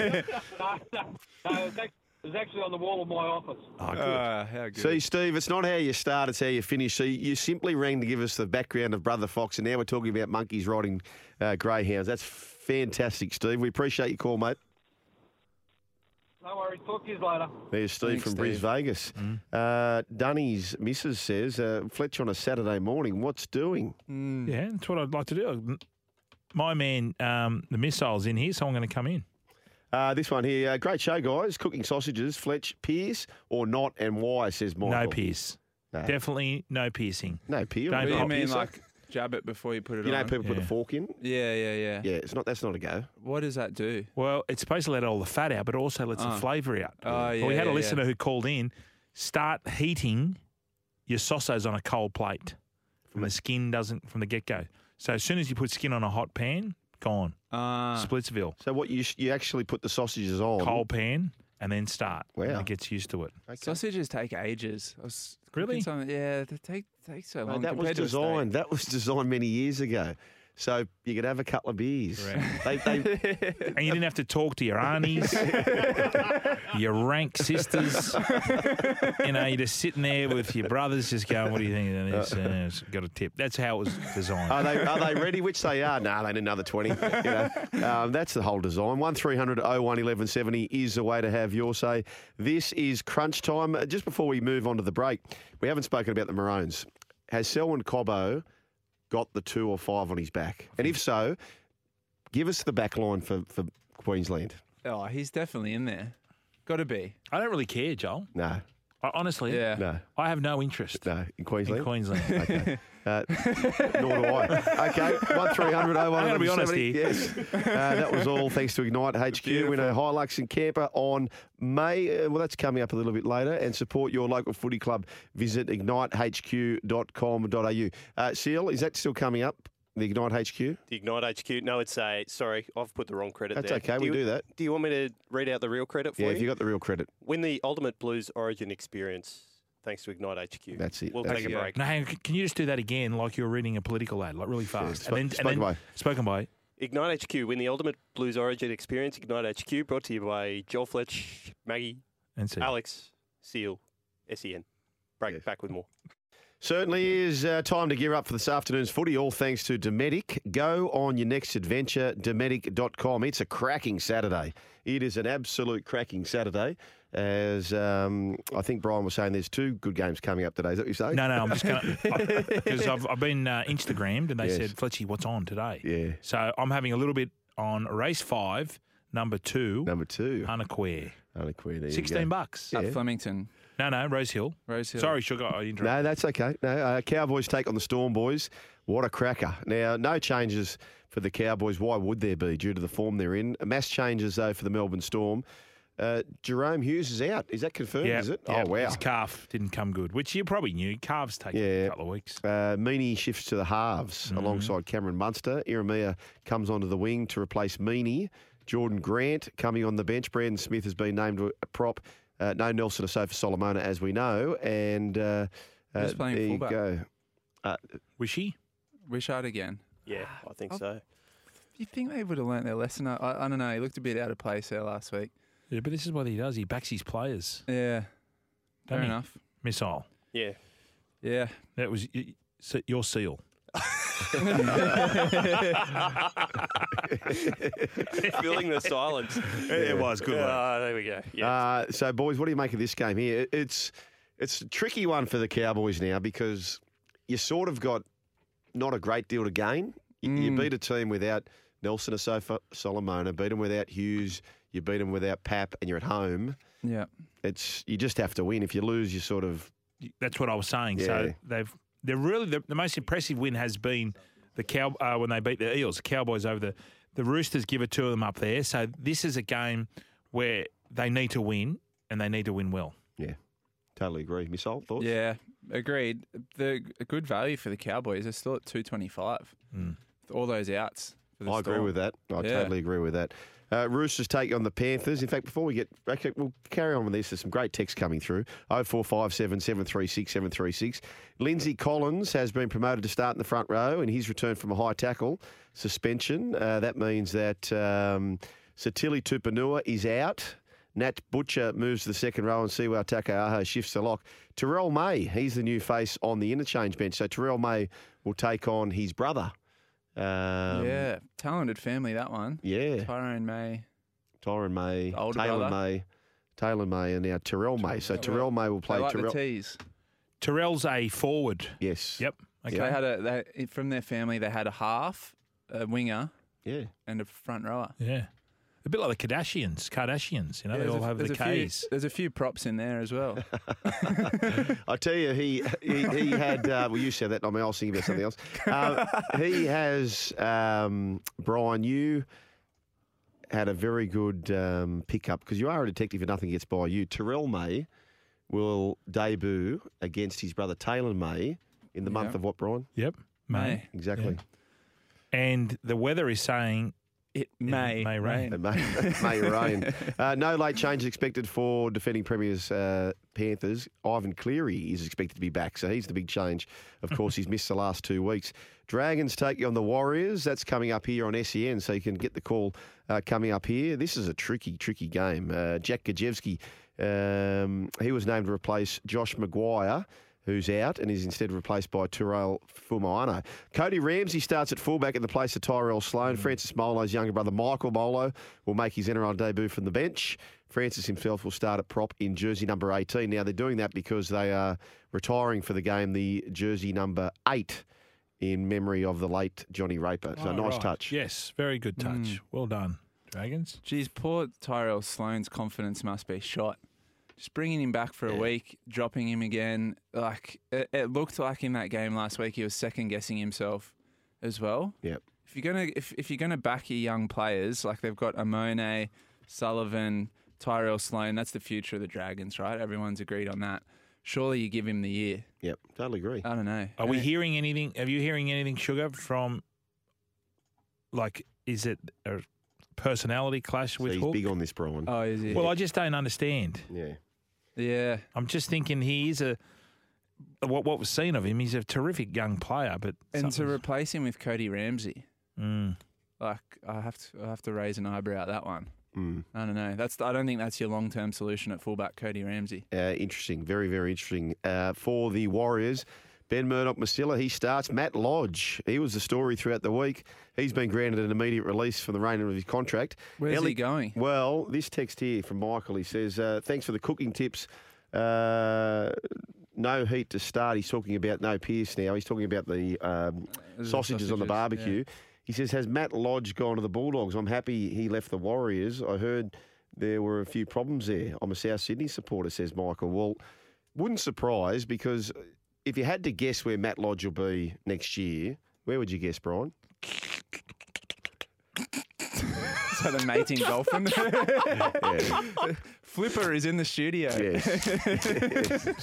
S12: no, it's act- it's actually on the wall of my office.
S10: Ah, how good.
S7: See, Steve, it's not how you start, it's how you finish. So you simply rang to give us the background of Brother Fox, and now we're talking about monkeys riding uh, greyhounds. That's fantastic, Steve. We appreciate your call, mate.
S12: No worries. Talk to you later.
S7: There's Steve
S12: Thanks,
S7: from
S12: Steve.
S7: Bris Vegas.
S8: Mm.
S7: Uh, Dunny's missus says, uh, Fletch on a Saturday morning, what's doing?
S8: Yeah, that's what I'd like to do. My man, um, the missile's in here, so I'm going to come in.
S7: Uh, this one here, uh, great show, guys. Cooking sausages, Fletch, Pierce or not, and why, says Michael. Uh,
S8: No pierce. Definitely no piercing.
S7: No piercing.
S8: Don't
S10: What do you
S8: pop
S10: mean,
S8: yourself.
S10: like jab it before you put it
S7: You know,
S10: on?
S7: people put the fork in.
S10: Yeah, yeah, yeah.
S7: Yeah, it's not. That's not a go.
S10: What does that do?
S8: Well, it's supposed to let all the fat out, but also lets
S10: Oh.
S8: the flavour out.
S10: Oh,
S7: Ah,
S8: Well,
S10: yeah,
S8: we had
S10: yeah,
S8: a
S10: yeah.
S8: listener who called in. Start heating your sausos on a cold plate. From the skin doesn't from the get go. So as soon as you put skin on a hot pan, gone.
S10: Ah.
S8: Splitsville.
S7: So what you sh- you actually put the sausages on
S8: Cold pan and then start. And
S7: Wow.
S8: it gets used to it.
S10: Sausages take ages. I was
S8: Really?
S10: cooking something- Yeah, they take take so
S7: Mate,
S10: long.
S7: that was
S10: compared to a steak.
S7: designed. That was designed many years ago. So you could have a couple of beers. They, they,
S8: and you didn't have to talk to your aunties, your rank sisters. you know, you're just sitting there with your brothers, just going, "What do you think of this?" And it's got a tip. That's how it was designed.
S7: Uh. are they are they ready? Which they are. No, they need another twenty. You know, um, that's the whole design. One 1170 is the way to have your say. This is crunch time. Uh, Just before we move on to the break, we haven't spoken about the Maroons. Has Selwyn Cobbo got the two or five on his back? And if so, give us the back line for, for Queensland.
S10: Oh, he's definitely in there. Got to be.
S8: I don't really care, Joel.
S7: No.
S8: I, honestly,
S10: Yeah.
S7: No.
S8: I have no interest.
S7: No, in Queensland.
S8: In Queensland.
S7: Okay. Uh, nor do I. Okay, one three hundred oh one.
S8: I'm gonna be honest here.
S7: Yes, uh, that was all. Thanks to Ignite HQ. We know Hilux and Camper on May. uh, well, that's coming up a little bit later. And support your local footy club. Visit ignitehq.com.au. Uh, Seal, is that still coming up? The Ignite HQ.
S9: The Ignite HQ. No, it's a sorry. I've put the wrong credit.
S7: That's
S9: there.
S7: okay, we
S9: you-
S7: do that.
S9: Do you want me to read out the real credit for
S7: Yeah,
S9: you?
S7: if you got the real credit.
S9: Win the ultimate blues origin experience thanks to Ignite HQ.
S7: That's it.
S9: We'll
S7: That's
S9: take
S7: it.
S9: a break.
S8: No, hang on, c- can you just do that again, like you're reading a political ad, like really fast?
S7: spoke- spoken by.
S8: Spoken by.
S9: Ignite HQ. Win the ultimate blues origin experience. Ignite HQ. Brought to you by Joel Fletch, Maggie,
S8: And see.
S9: Alex, Seal, Sen. Break back with more.
S7: Certainly is uh, time to gear up for this afternoon's footy, all thanks to Dometic. Go on your next adventure, Dometic.com. It's a cracking Saturday. It is an absolute cracking Saturday. As um, I think Brian was saying, there's two good games coming up today. Is that what you're saying?
S8: No, no, I'm just going to, because I've, I've been uh, Instagrammed and they
S7: Yes.
S8: said, Fletchy, what's on today?
S7: Yeah.
S8: So I'm having a little bit on race five, number two.
S7: Number two.
S8: Unaquare.
S7: Unaquare, there you
S8: 16
S7: go.
S8: bucks.
S7: Yeah.
S10: At Flemington.
S8: No, no, Rose Hill.
S10: Rose Hill.
S8: Sorry, Sugar, I interrupted.
S7: No, that's okay. No, uh, Cowboys take on the Storm Boys. What a cracker! Now, no changes for the Cowboys. Why would there be due to the form they're in? Mass changes though for the Melbourne Storm. Uh, Jerome Hughes is out. Is that confirmed?
S8: Yeah,
S7: Is it?
S8: yeah,
S7: Oh wow.
S8: His calf didn't come good, which you probably knew. Calves take a
S7: Yeah.
S8: couple of weeks. Mm-hmm.
S7: Uh, Meany shifts to the halves alongside Cameron Munster. Iramia comes onto the wing to replace Meany. Jordan Grant coming on the bench. Brandon Smith has been named a prop. Uh, no Nelson or Sofa Solomona, as we know. And uh, uh,
S10: Who's playing
S7: there you
S10: fullback?
S7: go. Uh,
S8: Wishy?
S10: Wishart again.
S9: Yeah, I think
S10: Oh.
S9: so.
S10: Do you think they would have learnt their lesson? I, I don't know. He looked a bit out of place there last week.
S8: Yeah, but this is what he does. He backs his players.
S10: Yeah. Fair
S8: Don't he?
S10: enough.
S8: Missile.
S9: Yeah.
S10: Yeah.
S8: That was y- so- your seal.
S9: Filling the silence.
S8: It was good. one.
S9: Ah, there we go. Yeah.
S7: Uh, so, boys, what do you make of this game here? It- It's it's a tricky one for the Cowboys now because you sort of got not a great deal to gain. You, you beat a team without Nelson Asofa Solomona, beat them without Hughes. You beat them without Pap, and you're at home.
S10: Yeah.
S7: It's you just have to win. If you lose, you sort of
S8: That's what I was saying.
S7: Yeah.
S8: So they've they're really the, the most impressive win has been the cow uh, when they beat the Eels, the Cowboys over the the Roosters give it two of them up there. So this is a game where they need to win and they need to win well.
S7: yeah. Totally agree. Missile thoughts?
S10: Yeah, agreed. The a good value for the Cowboys. They're still at two twenty five. All those outs. For the
S7: I agree
S10: Storm.
S7: with that. I
S10: Yeah.
S7: totally agree with that. Uh, Roosters take on the Panthers. In fact, before we get, okay, we'll carry on with this. There's some great text coming through. 0457 736 736. Lindsay Collins has been promoted to start in the front row in his return from a high tackle suspension. Uh, that means that um, Satili Tupanua is out. Nat Butcher moves to the second row and Siwa Takaaha shifts the lock. Terrell May, he's the new face on the interchange bench. So Terrell May will take on his brother. Um,
S10: yeah, talented family that one.
S7: yeah.
S10: Tyrone May.
S7: Tyron May,
S10: older
S7: Taylor
S10: brother.
S7: May, Taylor May, and now Terrell May. So Terrell May will play
S10: They like the
S7: Terrell.
S10: tees.
S8: Terrell's a forward.
S7: Yes.
S8: Yep.
S10: So
S8: Okay.
S10: they had a they, from their family. They had a half, a winger,
S7: yeah,
S10: and a front rower.
S8: Yeah. A bit like the Kardashians, Kardashians, you know, they
S10: there's
S8: all
S10: a-
S8: have the
S10: there's a few-
S8: K's.
S10: there's a few props in there as well.
S7: I tell you, he he, he had. Uh, well, you said that. I mean, I was thinking about something else. Uh, he has um, Brian. You had a very good um, pickup because you are a detective and nothing gets by you. Terrell May will debut against his brother Taylor May in the month
S8: Yeah.
S7: of what, Brian?
S8: Yep. May.
S7: Exactly.
S8: And the weather is saying
S10: it may,
S8: may rain.
S7: It may, it may rain. Uh, no late changes expected for defending premiers uh, Panthers. Ivan Cleary is expected to be back, so he's the big change. Of course, he's missed the last two weeks. Dragons take on the Warriors. That's coming up here on SEN, so you can get the call uh, coming up here. This is a tricky, tricky game. Uh, Jack Gajewski, um, he was named to replace Josh Maguire who's out and is instead replaced by Terrell Fumano. Cody Ramsey starts at fullback in the place of Tyrell Sloan.
S8: Hmm.
S7: Francis Molo's younger brother, Michael Molo, will make his NRL debut from the bench. Francis himself will start at prop in jersey number 18. Now, they're doing that because they are retiring for the game the jersey number 8 in memory of the late Johnny Raper. So,
S8: Oh,
S7: nice
S8: right.
S7: touch.
S8: Yes, very good touch.
S10: Mm.
S8: Well done, Dragons.
S10: Geez, poor Tyrell Sloan's confidence must be shot. Just bringing him back for a week, dropping him again. Like it, it looked like in that game last week, he was second guessing himself as well.
S7: Yep.
S10: If you're gonna if, if you're gonna back your young players, like they've got Amone, Sullivan, Tyrell Sloan, that's the future of the Dragons, right? Everyone's agreed on that. Surely you give him the year.
S7: Yep, totally agree.
S10: I don't know.
S8: Are we hearing anything? Are you hearing anything, Sugar, from like, is it a personality clash with
S7: he's
S8: Hook?
S7: big on this, Brian.
S10: Oh, is he?
S8: Well, I just don't understand.
S7: Yeah.
S10: Yeah.
S8: I'm just thinking he is a, what, what was seen of him, he's a terrific young player, but.
S10: And to
S8: something's-
S10: replace him with Cody Ramsey,
S8: Mm.
S10: like I have to I have to raise an eyebrow at that one.
S7: Mm.
S10: I don't know. That's I don't think that's your long term solution at fullback, Cody Ramsey.
S7: Uh, interesting, very, very interesting uh, for the Warriors. Ben Murdoch Masilla, he starts. Matt Lodge, he was the story throughout the week. He's been granted an immediate release from the remainder of his contract.
S10: Where's he going?
S7: Well, this text here from Michael, he says, uh, thanks for the cooking tips. Uh, no heat to start. He's talking about no Pierce now. He's talking about the um,
S10: Those are
S7: sausages, on the
S10: sausages, yeah.
S7: barbecue. He says, Has Matt Lodge gone to the Bulldogs? I'm happy he left the Warriors. I heard there were a few problems there. I'm a South Sydney supporter, says Michael. Well, wouldn't surprise because if you had to guess where Matt Lodge will be next year, where would you guess, Brian?
S10: So the mating dolphin. Flipper is in the studio.
S7: Yes.
S8: Is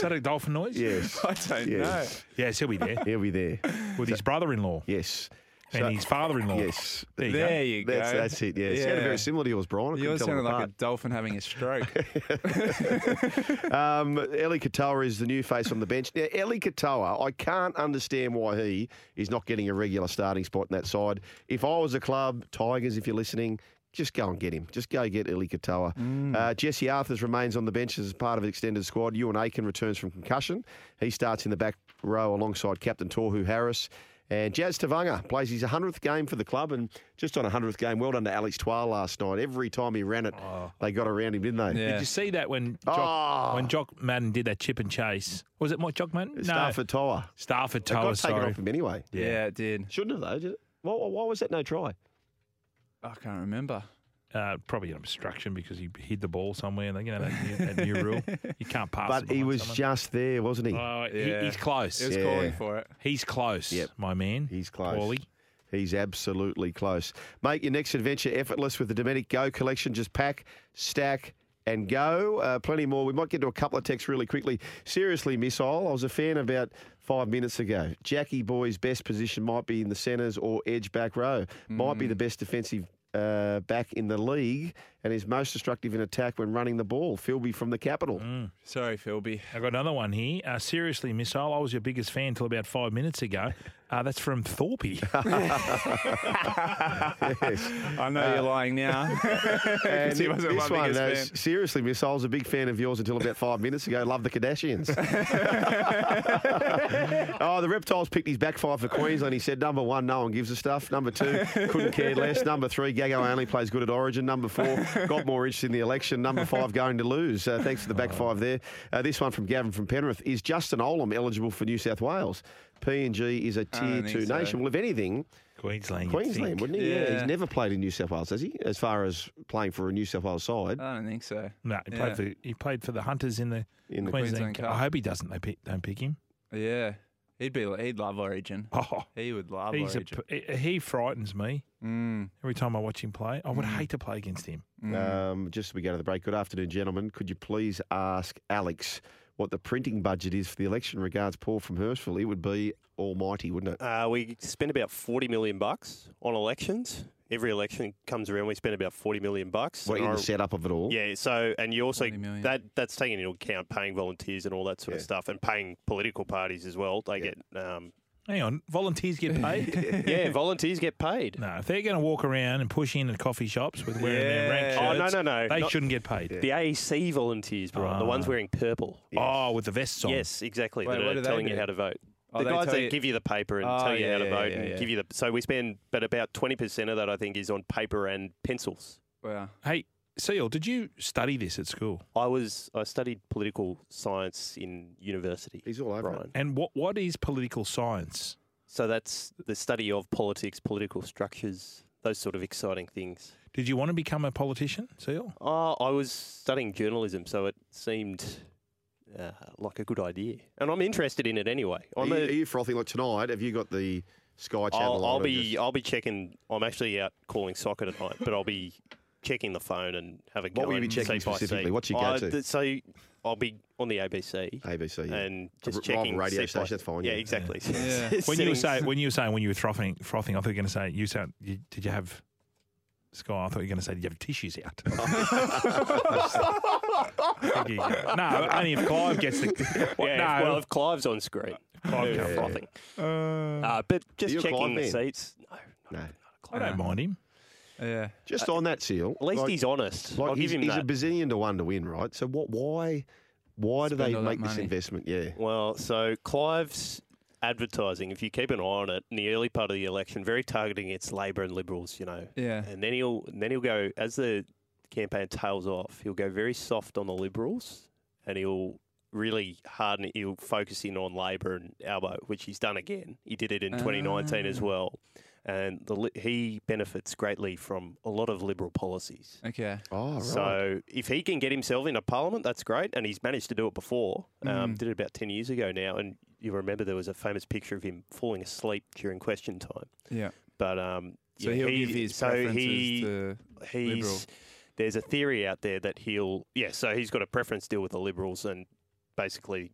S8: that a dolphin noise?
S7: Yes.
S10: I don't
S7: Yes.
S8: Yes, he'll be there
S7: He'll be there.
S8: with his brother in law
S7: Yes.
S8: and
S7: So-
S8: his father in law.
S7: Yes.
S8: There you go.
S10: There you go.
S7: That's, that's it, yeah. It sounded very similar to yours, Brian. I couldn't
S10: Uh, Yours
S7: tell them
S10: sounded like
S7: apart.
S10: a dolphin having a stroke.
S7: Um, Eli Katoa is the new face on the bench. Now, Eli Katoa, I can't understand why he is not getting a regular starting spot in that side. If I was a club, Tigers, if you're listening, just go and get him. Just go get Eli Katoa.
S8: Mm.
S7: Uh, Jesse Arthurs remains on the bench as part of an extended squad. Ewan Aiken returns from concussion. He starts in the back row alongside Captain Torhu Harris. And Jazz Tavanga plays his 100th game for the club and just on 100th game. Well done to Alex Twa last night. Every time he ran it, they got around him, didn't they?
S8: Oh. Did you see that when Jock,
S7: Oh.
S8: when Jock Madden did that chip and chase? Was it Mike Jock Madden?
S7: Stafford Tower.
S8: Stafford
S7: They got
S8: Tower,
S7: taken
S8: sorry.
S7: off him anyway.
S10: yeah, it did.
S7: Shouldn't have though. Did it? Why, why was that no try?
S10: I can't remember.
S8: Uh, probably an obstruction because he hid the ball somewhere. And you know that new, that new rule, you can't pass. it
S7: But he
S8: behind
S7: was
S8: someone.
S7: just there, wasn't he?
S8: Oh, he- he's close.
S7: Yeah.
S8: it. He's close.
S7: Yep.
S8: My man.
S7: He's close. He's absolutely close. Make your next adventure effortless with the Dominic Go collection. Just pack, stack, and go. Uh, plenty more. We might get to a couple of texts really quickly. Seriously, Missile, I was a fan about five minutes ago. Jackie Boy's best position might be in the centres or edge back row. Might be the best defensive uh, back in the league and is most destructive in attack when running the ball. Philby from the capital.
S8: Sorry, Philby. I Mm. got another one here. Uh, seriously, Missile, I was your biggest fan till about five minutes ago. Uh, that's from Thorpe.
S10: I know you're lying now. 'Cause he
S7: Uh, And
S10: wasn't my
S7: this one,
S10: biggest
S7: uh,
S10: fan.
S7: seriously, Miss, I was a big fan of yours until about five minutes ago. Love the Kardashians. oh, the Reptiles picked his back five for Queensland. He said, number one, no one gives a stuff. Number two, couldn't care less. Number three, Gago only plays good at Origin. Number four, got more interest in the election. Number five, going to lose. Uh, thanks for the back five there. Uh, this one from Gavin from Penrith. Is Justin Olam eligible for New South Wales? PNG is a
S10: I don't
S7: tier
S10: think
S7: two
S10: so.
S7: nation. Well, if anything,
S8: Queensland. you'd
S7: Queensland,
S8: think.
S7: wouldn't he? Yeah.
S10: Yeah.
S7: he's never played in New South Wales, has he? As far as playing for a New South Wales side,
S9: Uh,
S10: I don't think so.
S8: No, he played
S10: Yeah.
S8: for he played for the Hunters in the
S7: In the
S8: Queensland
S10: Queensland
S8: Cup. I
S10: Cup.
S8: hope he doesn't. They pick, don't pick him.
S10: Yeah, he'd be. He'd love Origin.
S8: Oh,
S10: he would love
S8: He's a,
S10: Origin.
S8: p- he frightens me
S10: Mm.
S8: every time I watch him play. I would hate to play against him.
S9: Mm.
S7: um, just as we go to the break. Good afternoon, gentlemen. Could you please ask Alex what the printing budget is for the election? Regards, Paul from Hurstville. It would be almighty, wouldn't it?
S9: Uh, we spend about 40 million bucks on elections. Every election comes around, we spend about 40 million bucks.
S7: Well,
S9: And
S7: in
S9: I-
S7: the setup of it all.
S9: Yeah, so and you also that that's taking into account paying volunteers and all that sort of stuff and paying political parties as well. They get um,
S8: Hang on, volunteers get paid.
S9: yeah, volunteers get paid.
S8: No, if they're going to walk around and push in at coffee shops with wearing their rank
S9: Oh no
S8: shirts,
S9: no no!
S8: they
S9: Not-
S8: shouldn't get paid.
S9: The AEC volunteers, bro, the ones
S8: Ah.
S9: wearing purple.
S8: Oh, with the vests on.
S9: Yes, exactly.
S8: Wait,
S9: that
S8: what
S9: are
S8: do they
S9: telling you
S8: do?
S9: how to vote.
S8: Oh,
S9: the
S8: they
S9: guys
S8: tell
S9: that
S8: you-
S9: give you the paper and
S8: Oh,
S9: tell you
S8: yeah,
S9: how to
S8: yeah,
S9: vote
S8: yeah,
S9: and
S8: yeah.
S9: give you the. So we spend, but about twenty percent of that I think is on paper and pencils.
S10: Wow.
S8: Hey, Seal, did you study this at school?
S9: I was I studied political science in university.
S7: He's all over it.
S8: And what what is political science?
S9: So that's the study of politics, political structures, those sort of exciting things.
S8: Did you want to become a politician, Seal?
S9: Uh, I was studying journalism, so it seemed uh, like a good idea, and I'm interested in it anyway.
S7: Are
S9: I'm
S7: you,
S9: a-
S7: are you frothing like tonight? Have you got the Sky Channel? on
S9: I'll, I'll
S7: or
S9: be
S7: just-
S9: I'll be checking. I'm actually out calling soccer tonight, but I'll be checking the phone and have a go.
S7: What will you be
S9: at
S7: checking
S9: seat by
S7: specifically?
S9: seat.
S7: What's your
S9: Uh,
S7: go-to?
S9: th- so I'll be on the ABC.
S7: ABC, yeah.
S9: and
S7: A
S9: just
S7: r- rival
S9: checking
S7: radio
S9: seat by
S7: station, that's
S9: seat.
S7: fine,
S9: Yeah,
S7: yeah.
S9: exactly.
S8: when you were
S9: Sitting-
S8: say, when you were saying when you were frothing frothing, I thought you were going to say you sound. You, did you have sky? I thought you were going to say did you have tissues out? no, only if Clive gets the. What,
S9: yeah,
S8: no,
S9: well, if Clive's on screen,
S8: Clive
S9: yeah.
S8: can't
S9: frothing. Uh, but
S7: Are you
S9: just
S7: a Clive
S9: checking the
S7: fan?
S9: seats. No,
S7: No.
S8: I don't mind him.
S10: Yeah.
S7: Just
S9: Uh,
S7: on that seal.
S9: At least he's honest.
S7: Like
S9: I'll
S7: he's,
S9: give him
S7: he's
S9: that.
S7: a bazillion to one to win, right? So what? Why? Why do
S9: Spend
S7: they
S9: all that
S7: make this
S9: money.
S7: investment? Yeah.
S9: Well, so Clive's advertising, if you keep an eye on it, in the early part of the election, very targeting its Labor and Liberals, you know.
S10: Yeah.
S9: And then he'll and then he'll go as the campaign tails off, he'll go very soft on the Liberals, and he'll really harden. He'll focus in on Labor and Albo, which he's done again. He did it in 2019 as well. And the, li- he benefits greatly from a lot of liberal policies.
S10: Okay.
S7: Oh,
S9: So if he can get himself into Parliament, that's great, and he's managed to do it before. Um,
S10: Mm.
S9: Did it about ten years ago now, and you remember there was a famous picture of him falling asleep during question time.
S10: Yeah.
S9: But um,
S10: So
S9: yeah,
S10: he'll
S9: he,
S10: give his
S9: so
S10: preferences
S9: he,
S10: to
S9: he's
S10: Liberal.
S9: there's a theory out there that he'll yeah. So he's got a preference deal with the Liberals, and basically,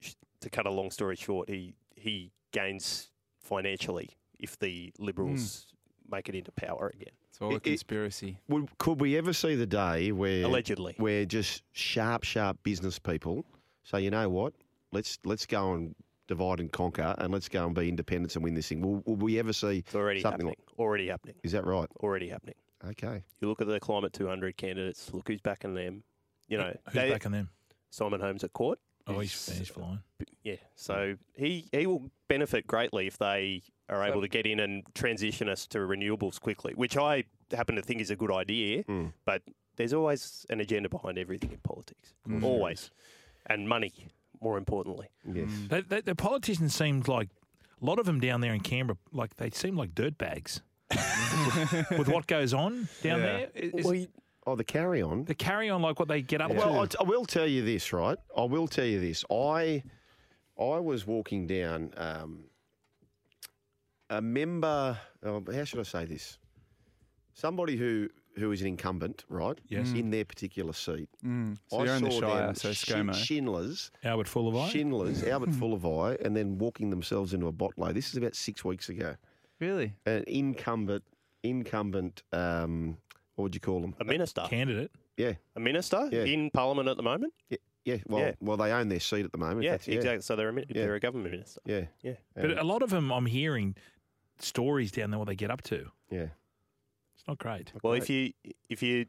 S9: sh- to cut a long story short, he he gains financially if the Liberals make it into power again.
S10: Hmm. It's all a
S9: It- it-
S10: conspiracy.
S7: Would, could we ever see the day where
S9: Allegedly.
S7: where just sharp, sharp business people say, you know what, let's let's go and divide and conquer, and let's go and be independents and win this thing? Will, will we ever see
S9: It's already
S7: something
S9: happening. already happening.
S7: like? Is that right?
S9: Already happening.
S7: Okay.
S9: You look at the Climate 200 candidates, look who's backing them. You know,
S8: Who's backing them?
S9: Simon Holmes at court.
S8: Oh, he's, he's flying.
S9: Yeah, so he, he will benefit greatly if they are able to get in and transition us to renewables quickly, which I happen to think is a good idea,
S7: Mm.
S9: but there's always an agenda behind everything in politics.
S8: course Mm. there
S9: Always. And money, more importantly.
S7: Yes.
S8: They, they, the politicians seemed like a lot of them down there in Canberra, like they seem like dirtbags. with, with what goes on down there? Is-
S7: Well, you- oh, the carry on.
S8: the carry on, like what they get up to.
S7: Well, I, I will tell you this, right? I will tell you this. I I was walking down. Um, a member, oh, how should I say this? Somebody who who is an incumbent, right?
S8: Yes. Mm.
S7: In their particular seat.
S10: Mm. So you're in the Shire, so
S7: Shin-
S10: ScoMo.
S7: Schindler's,
S8: Albert Fullerby.
S7: Schindler's, Albert Fullerby, and then walking themselves into a botlow. This is about six weeks ago.
S10: Really?
S7: An incumbent, incumbent, um, what would you call them?
S9: A minister.
S8: Candidate.
S7: Yeah.
S9: A minister
S7: Yeah.
S9: in Parliament at the moment?
S7: Yeah, yeah. Well,
S9: Yeah.
S7: well, they own their seat at the moment. if
S9: yeah,
S7: that's-
S9: exactly. So they're a, mi-
S7: Yeah.
S9: they're a government minister.
S7: Yeah.
S9: Yeah.
S8: But a lot of them, I'm hearing stories down there what they get up to.
S7: Yeah.
S8: It's not great.
S9: Well, if you if you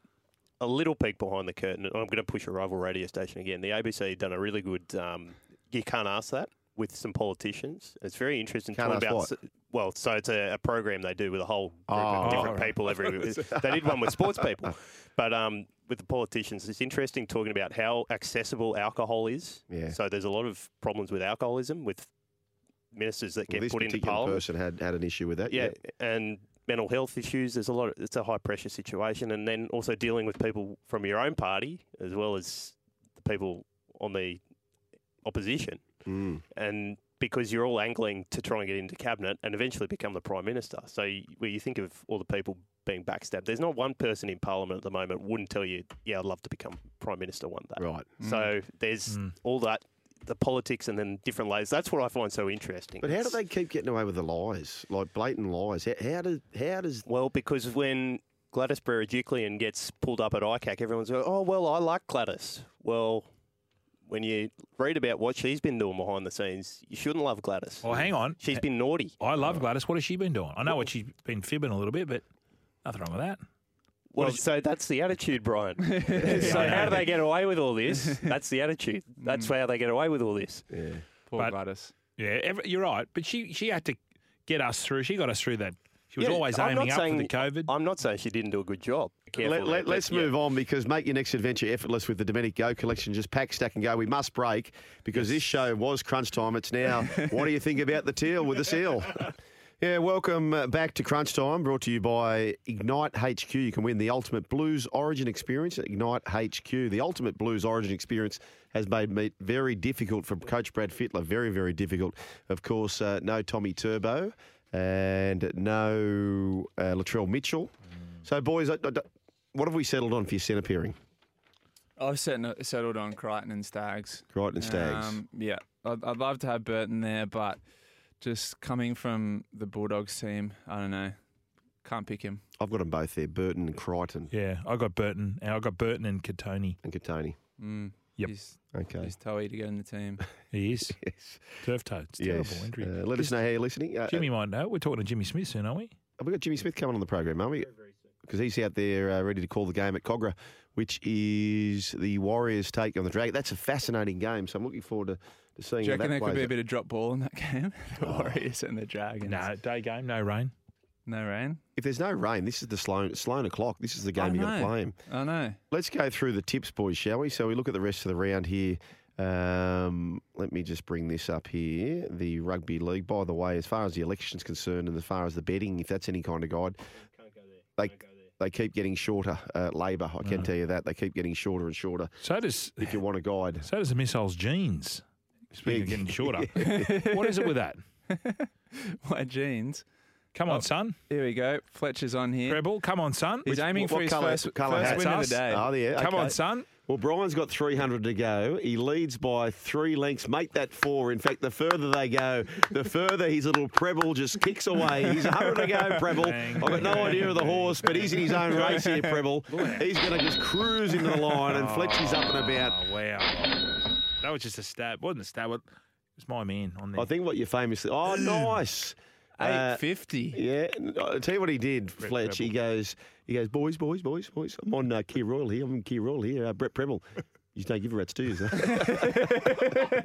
S9: a little peek behind the curtain, and I'm going to push a rival radio station again. The ABC done a really good. Um, you can't ask that with some politicians. It's very interesting.
S7: Can't
S9: talking
S7: Ask
S9: about s- well, so it's a, a program they do with a whole group
S7: Oh,
S9: of different
S7: alright.
S9: people every. they did one with sports people, but um, with the politicians, it's interesting talking about how accessible alcohol is.
S7: Yeah.
S9: So there's a lot of problems with alcoholism with ministers that
S7: Well,
S9: get
S7: this
S9: put into
S7: particular
S9: parliament
S7: person had, had an issue with that.
S9: yeah, and mental health issues. There's a lot. Of, it's a high pressure situation, and then also dealing with people from your own party as well as the people on the opposition,
S7: Mm.
S9: and because you're all angling to try and get into cabinet and eventually become the prime minister. So you, where you think of all the people being backstabbed, there's not one person in parliament at the moment wouldn't tell you, yeah, I'd love to become prime minister one day.
S7: Right.
S9: So there's all that. The politics and then different layers. That's what I find so interesting.
S7: But how do
S9: It's-
S7: they keep getting away with the lies, like blatant lies? How, how do how does
S9: Well, because when Gladys Berejiklian gets pulled up at ICAC, everyone's going, oh, well, I like Gladys. Well, when you read about what she's been doing behind the scenes, you shouldn't love Gladys.
S8: Well, hang on.
S9: She's been naughty.
S8: I love Gladys. What has she been doing? I know what she's been fibbing a little bit, but nothing wrong with that.
S9: Well, so that's the attitude, Brian. so how do they get away with all this? That's the attitude. That's how they get away with all this.
S7: Yeah.
S10: Poor
S8: But-
S10: Gladys.
S8: Yeah, every, you're right. But she she had to get us through. She got us through that. She was
S9: Yeah,
S8: always
S9: I'm
S8: aiming
S9: not
S8: up
S9: saying-
S8: for the COVID.
S9: I'm not saying she didn't do a good job. Careful
S7: Let,
S9: there,
S7: let,
S9: but
S7: let's
S9: yeah.
S7: move on because make your next adventure effortless with the Dominic Go collection. Just pack, stack, and go. We must break because this show was crunch time. It's now. what do you think about the teal with the seal? Yeah, welcome uh, back to Crunch Time, brought to you by Ignite HQ. You can win the ultimate blues origin experience at Ignite HQ. The ultimate blues origin experience has made me very difficult for Coach Brad Fittler. Very, very difficult. Of course, uh, no Tommy Turbo and no uh, Latrell Mitchell. So, boys, I, I don't- what have we settled on for your centre pairing?
S10: I've set, settled on Crichton and Stags. Um,
S7: Crichton and Stags.
S10: yeah, I'd, I'd love to have Burton there, but just coming from the Bulldogs team, I don't know. Can't pick him.
S7: I've got them both there, Burton and Crichton
S8: Yeah, I got Burton. and I got Burton and Katoni.
S7: and Katoni.
S10: Mm,
S8: Yep.
S10: He's,
S7: Okay.
S10: he's toey to get in the team.
S8: He is.
S7: Yes.
S8: Turf toe. It's terrible
S7: Yes.
S8: injury.
S7: Uh, let us know how you're listening. Uh,
S8: Jimmy might know. We're talking to Jimmy Smith soon, aren't we?
S7: Have we got Jimmy Smith coming on the program, are we? Because he's out there uh, ready to call the game at Cogra, which is the Warriors take on the Dragon. That's a fascinating game, so I'm looking forward to, to seeing
S10: Do you
S7: how
S10: reckon
S7: that
S10: there
S7: plays
S10: could be a
S7: out. Oh.
S10: bit of drop ball in that game? The Warriors and the Dragons.
S8: No, day game, no rain.
S10: No rain?
S7: If there's no rain, this is the Sloan, Sloan o'clock. This is the
S10: I
S7: game you've got to
S10: know.
S7: play him.
S10: I know.
S7: Let's go through the tips, boys, shall we? So we look at the rest of the round here. Um, let me just bring this up here. The rugby league, by the way, as far as the election's concerned and as far as the betting, if that's any kind of guide, they, they keep getting shorter. Uh, Labor, I can tell you that. They keep getting shorter and shorter.
S8: So does
S7: If you want a guide,
S8: so does the missile's jeans. Speaking of getting shorter, what is it with that?
S10: My jeans. Oh,
S8: Come on, son.
S10: Here we go. Fletcher's on here.
S8: Treble. Come on, son.
S10: He's aiming for his
S7: colour-
S10: first,
S7: colour
S10: first
S7: hats
S10: win of
S7: us?
S10: the day.
S7: Oh, yeah.
S8: Come on,
S7: okay.
S8: son.
S7: Well, Brian's got 300 to go. He leads by three lengths. Make that four. In fact, the further they go, the further his little Preble just kicks away. He's 100 to go, Preble. I've got no idea of the horse, but he's in his own race here, Preble. He's going to just cruise into the line, and Fletcher's up and about.
S8: Oh, wow. That was just a stab. wasn't a stab. It was my man on there.
S7: I think what you famously. Oh, nice. Uh,
S10: 850.
S7: Yeah, and I'll tell you what he did, Fletch. He goes, he goes, boys, boys, boys, boys. I'm on uh, Keir Royal here. I'm Keir Royal here. Uh, Brett Preble. You don't give a rat's, do you? we,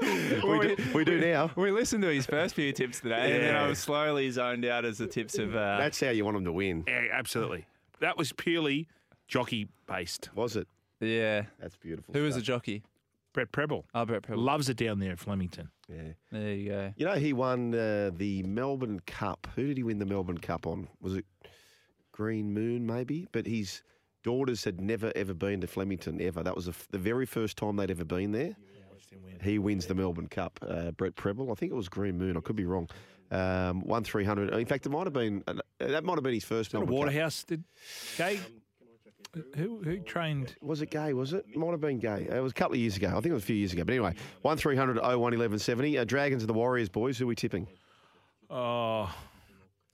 S7: do, we do now.
S10: We listened to his first few tips today, and then I
S7: Yeah.
S10: was slowly zoned out as the tips of. Uh,
S7: That's how you want them to win,
S8: Yeah, absolutely. That was purely jockey based.
S7: was it?
S10: yeah.
S7: That's beautiful.
S10: Who was the
S7: stuff.
S10: jockey?
S8: Brett Preble
S10: Albert Pebble.
S8: loves it down there at Flemington.
S7: Yeah.
S10: Oh, There you go.
S7: You know, he won uh, the Melbourne Cup. Who did he win the Melbourne Cup on? Was it Green Moon, maybe. But his daughters had never ever been to Flemington ever. That was the f- the very first time they'd ever been there. He wins the Melbourne Cup. Uh, Brett Preble, I think it was Green Moon. I could be wrong. Um, one three hundred. In fact, it might have been uh, that might have been his first.
S8: Got a
S7: Melbourne Cup.
S8: Waterhouse did Gay. Who who trained?
S7: Was it Gay? Was it? Might have been Gay. It was a couple of years ago. I think it was a few years ago. But anyway, one 1170 uh, Dragons and the Warriors, boys. Who are we tipping?
S8: Oh,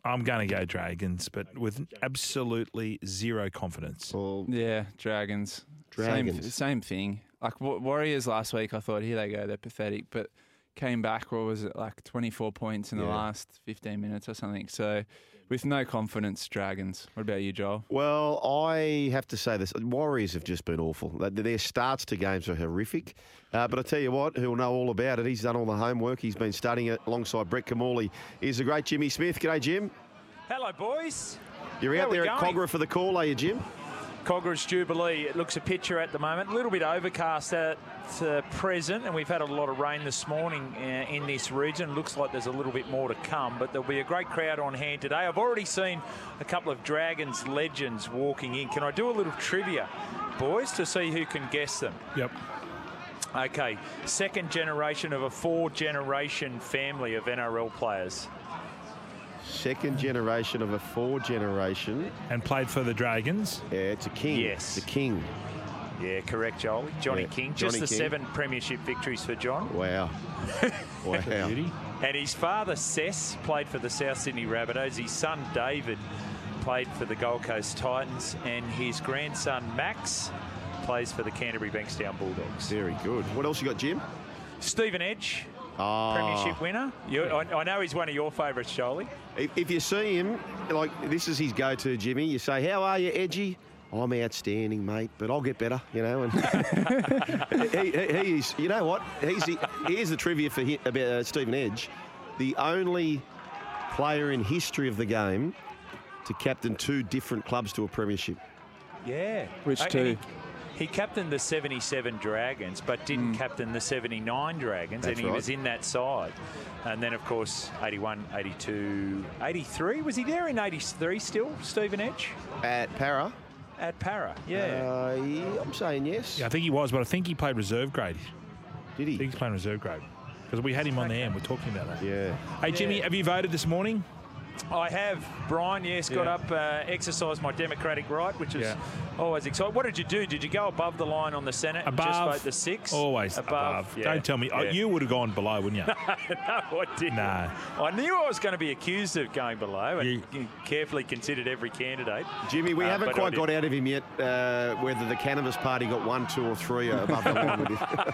S8: I'm going to go Dragons, but with absolutely zero confidence.
S10: yeah, Dragons. Same,
S8: Dragons.
S10: same thing. Like Wa- Warriors last week, I thought, here they go, they're pathetic, but came back. What was it like? Twenty four points in the
S7: Yeah.
S10: last fifteen minutes or something. So, with no confidence, Dragons. What about you, Joel?
S7: Well, I have to say this. Warriors have just been awful. Th- Their starts to games are horrific. Uh, but I tell you what, who'll know all about it? He's done all the homework. He's been studying it alongside Brett Kamali. Is the great Jimmy Smith. G'day, Jim.
S13: Hello, boys.
S7: You're
S13: Where
S7: out
S13: we
S7: there at
S13: going?
S7: Cogra for the call, are you, Jim?
S13: Cogra's Jubilee. It looks a picture at the moment. A little bit overcast at uh, present, and we've had a lot of rain this morning uh, in this region. Looks like there's a little bit more to come, but there'll be a great crowd on hand today. I've already seen a couple of Dragons legends walking in. Can I do a little trivia, boys, to see who can guess them?
S8: Yep.
S13: Okay, second generation of a four generation family of NRL players.
S7: Second generation of a four generation.
S8: And played for the Dragons.
S7: Yeah, it's a king.
S13: Yes.
S7: The king.
S13: Yeah, correct, Joel. Johnny
S7: Yeah,
S13: King.
S7: Johnny
S13: Just the
S7: King.
S13: seven premiership victories for John.
S7: Wow. wow.
S13: And his father, Sess, played for the South Sydney Rabbitohs. His son, David, played for the Gold Coast Titans. And his grandson, Max, plays for the Canterbury Bankstown Bulldogs.
S7: Very good. What else you got, Jim?
S13: Stephen Edge,
S7: Ah.
S13: premiership winner. You, I, I know he's one of your favourites, Jolie.
S7: If, if you see him, like this is his go-to, Jimmy. You say, "How are you, Edgy?" I'm outstanding, mate, but I'll get better, you know. And he, he, he is, you know what? He's the, here's the trivia for hi about uh, Stephen Edge, the only player in history of the game to captain two different clubs to a premiership.
S13: Yeah.
S7: Which
S13: and
S7: two?
S13: He, he captained the 77 Dragons, but
S8: Mm.
S13: didn't captain the 79 Dragons,
S7: That's
S13: and he
S7: right.
S13: was in that side. And then, of course, 81, 82, 83. Was he there in 83 still, Stephen Edge?
S7: At Para?
S13: At Para, yeah.
S7: Uh, yeah, I'm saying yes.
S8: Yeah, I think he was, but I think he played reserve grade.
S7: Did he?
S8: I think he's playing reserve grade because we had him on the air and we're talking about that.
S7: Yeah.
S8: Hey, Jimmy,
S13: Yeah.
S8: have you voted this morning?
S13: I have, Brian, yes, got
S8: Yeah.
S13: up, uh, exercised my democratic right, which is
S8: Yeah.
S13: always exciting. What did you do? Did you go above the line on the Senate and just
S8: Above.
S13: vote the six?
S8: Always above.
S13: yeah,
S8: Don't tell me. oh,
S13: yeah.
S8: you would have gone below, wouldn't you?
S13: no, I didn't.
S8: No.
S13: I knew I was going to be accused of going below and carefully considered every candidate.
S7: Jimmy, we
S13: Uh,
S7: haven't
S13: but I
S7: quite got
S13: didn't.
S7: out of him yet uh, whether the cannabis party got one, two, or three above the line.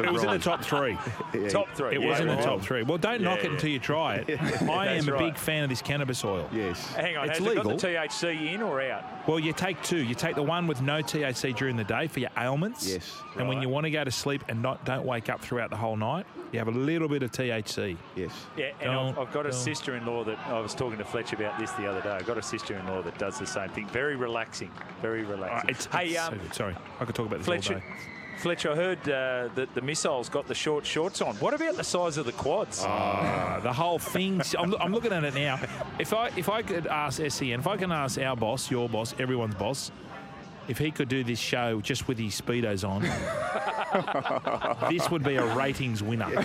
S8: It was in the top three.
S7: Top three,
S8: It
S7: yeah,
S8: was in the
S7: well.
S8: top three. Well, don't knock
S7: Yeah,
S8: it
S7: yeah.
S8: until you try it. I
S7: That's
S8: am a
S7: right.
S8: big fan of this cannabis oil.
S7: Yes.
S13: Hang on,
S8: It's
S13: has
S8: legal.
S13: it got the THC in or out?
S8: Well, you take two. You take the one with no THC during the day for your ailments.
S7: Yes.
S8: And when you want to go to sleep and not don't wake up throughout the whole night, you have a little bit of THC.
S7: Yes.
S13: Yeah, and I've,
S8: Don't-
S13: I've got a
S8: don't.
S13: sister-in-law that I was talking to Fletch about this the other day. I've got a sister-in-law that does the same thing. Very relaxing. Very
S7: Oh,
S13: relaxing.
S8: It's,
S13: hey,
S8: it's so
S13: um,
S8: good. sorry, I could talk about this all
S13: Fletcher,
S8: day.
S13: Fletch, I heard uh, that the missiles got the short shorts on. What about the size of the quads?
S8: Ah, the whole thing. I'm, I'm looking at it now. If I if I could ask SEN, if I can ask our boss, your boss, everyone's boss, if he could do this show just with his speedos on, this would be a ratings winner.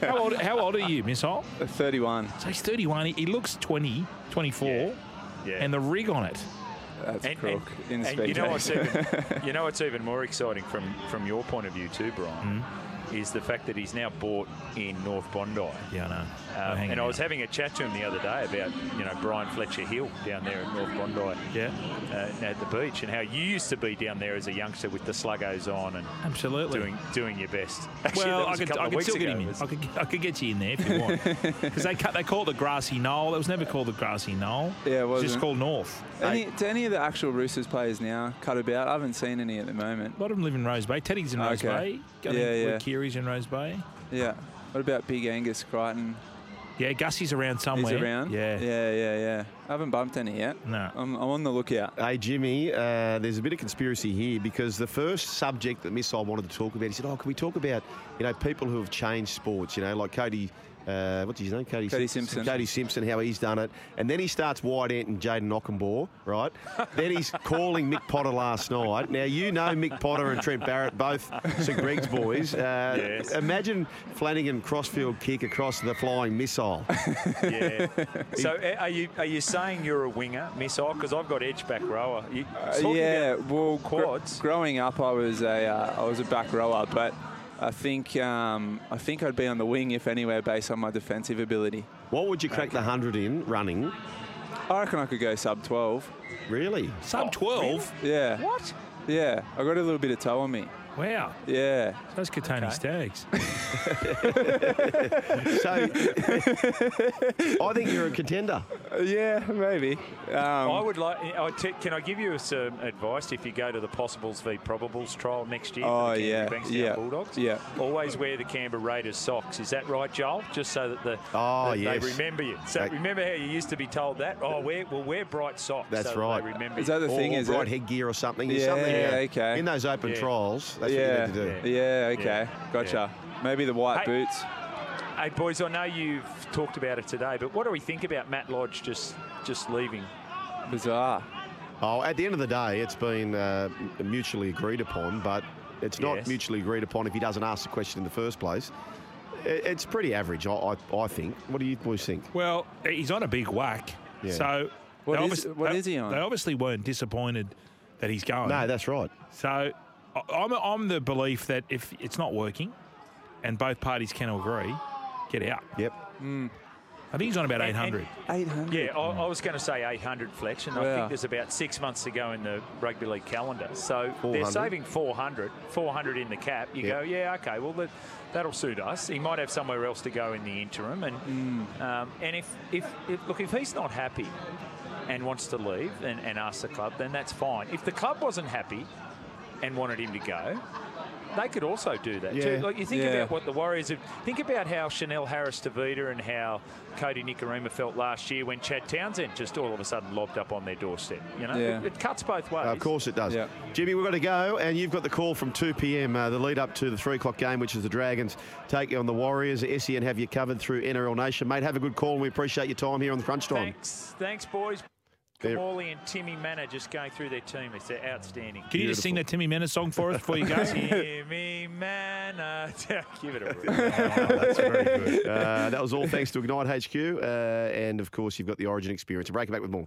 S8: how, old, how old are you, Miss Hall?
S10: 31.
S8: So he's 31. He, he looks 20, 24,
S13: Yeah.
S8: and the rig on it.
S10: That's
S13: And- and- and you know what's even, you know what's even more exciting from from your point of view too, Brian, is the fact that he's now bought in North Bondi.
S8: Hmm? Yeah, I know.
S13: Um,
S8: hanging
S13: and I
S8: out.
S13: was having a chat to him the other day about you know Brian Fletcher Hill down there at North Bondi,
S8: yeah,
S13: uh, at the beach, and how you used to be down there as a youngster with the sluggos on and
S8: absolutely
S13: doing doing your best.
S8: well,
S13: that
S8: I
S13: was a
S8: could,
S13: couple
S8: I
S13: of
S8: could
S13: weeks
S8: still get
S13: ago.
S8: him in. I could, I could get you in there if you want. Because they, cut- they call it the grassy knoll. It was never called the grassy knoll.
S10: Yeah, it
S8: was just
S10: wasn't.
S8: called North.
S10: Any, do any of the actual Roosters players now cut about? I haven't seen any at the moment.
S8: A lot of them live in Rose Bay. Teddy's in Rose
S10: Okay.
S8: Bay.
S10: Yeah,
S8: I think
S10: yeah.
S8: Kiri's in Rose Bay.
S10: Yeah. What about Big Angus Crichton?
S8: Yeah, Gussie's around somewhere.
S10: He's around.
S8: Yeah.
S10: Yeah, yeah, yeah. I haven't bumped any yet.
S8: No.
S10: I'm, I'm on the lookout.
S7: Hey, Jimmy, uh, there's a bit of conspiracy here because the first subject that Missile wanted to talk about, he said, Oh, can we talk about, you know, people who have changed sports? You know, like Cody Uh, what's his name? Cody,
S10: Cody Simpson.
S7: Cody Simpson, how he's done it. And then he starts wide ant and Jaden Ockenbaugh, right? then he's calling Mick Potter last night. Now, you know Mick Potter and Trent Barrett, both St Greg's boys. Uh,
S9: Yes.
S7: Imagine Flanagan crossfield kick across the flying missile.
S13: yeah. So uh, are you are you saying you're a winger, Miss I? Because I've got edge back rower. You, talking
S10: Uh, yeah,
S13: about-
S10: well, gr- growing up, I was a uh, I was a back rower, but I think um, I think I'd be on the wing if anywhere, based on my defensive ability.
S7: What would you crack the hundred in running?
S10: I reckon I could go sub twelve.
S7: Really? Oh,
S8: Sub 12?
S10: Yeah.
S13: What?
S10: Yeah, I got a little bit of toe on me.
S8: Wow.
S10: Yeah. Oh,
S8: Those Katoni Stags.
S7: so I think you're a contender.
S10: yeah, maybe. Um,
S13: I would like. I te- can I give you some advice if you go to the Possibles v Probables trial next year?
S10: Oh,
S13: for the
S10: yeah,
S13: Canberra Bankstown
S10: yeah,
S13: Bulldogs.
S10: yeah.
S13: Always wear the Canberra Raiders socks. Is that right, Joel? Just so that the
S7: Oh,
S13: that
S7: yes.
S13: they remember you. So
S7: That-
S13: remember how you used to be told that? Oh, wear well, wear bright socks.
S7: That's
S13: so
S7: right.
S13: They remember.
S10: Is that the
S13: you.
S10: thing,
S7: Or
S10: is
S7: bright
S10: it?
S7: headgear or something. There's
S10: Yeah,
S7: something,
S10: okay.
S7: In those open
S10: Yeah.
S7: trials, that's
S10: yeah.
S7: what you need to do.
S10: Yeah, okay. Gotcha. Maybe the white
S13: Hey.
S10: boots.
S13: Hey, boys. I know you've talked about it today, but what do we think about Matt Lodge just just leaving?
S10: Bizarre.
S7: Oh, at the end of the day, it's been uh, mutually agreed upon, but it's not
S13: Yes.
S7: mutually agreed upon if he doesn't ask the question in the first place. I- It's pretty average, I, I, I think. What do you boys think?
S8: Well, he's on a big whack.
S7: Yeah.
S8: So
S7: What
S8: they
S7: is-
S8: obvi-
S7: what
S8: they,
S7: is he on?
S8: They obviously weren't disappointed that he's going.
S7: No, that's right.
S8: So I- I'm, I'm the belief that if it's not working and both parties can agree, get out.
S7: Yep.
S8: I think he's on about
S13: And-
S8: 800.
S10: Eight hundred.
S13: Yeah, I, I was going to say 800 flex, and I
S8: Wow.
S13: think there's about six months to go in the rugby league calendar. So
S8: 400.
S13: they're saving 400, 400 in the cap. You
S8: Yeah.
S13: go, yeah, okay, well that, that'll suit us. He might have somewhere else to go in the interim, and
S10: Hmm.
S13: um, and if, if if look if he's not happy and wants to leave and, and ask the club, then that's fine. If the club wasn't happy and wanted him to go. They could also do that
S10: Yeah.
S13: too. Like you think
S10: Yeah.
S13: about what the Warriors have. Think about how Chanel Harris Tavita and how Cody Nicarima felt last year when Chad Townsend just all of a sudden lobbed up on their doorstep. You know,
S7: Yeah.
S13: it, it cuts both ways.
S7: Of course it does. Jimmy, we've got to go, and you've got the call from 2 p.m., uh, the lead up to the 3 o'clock game, which is the Dragons take on the Warriors. SEN have you covered through NRL Nation. Mate, have a good call, and we appreciate your time here on the Crunch Time.
S13: Thanks, thanks, boys.
S7: There-
S13: Morley and Timmy Manor just going through their team. It's outstanding.
S8: Can you just sing that Timmy Menace song for us before you go?
S13: Timmy Manor, give it a rip.
S7: That's very good. Uh, that was all thanks to Ignite HQ. Uh, and of course, you've got the Origin experience. Break it back with more.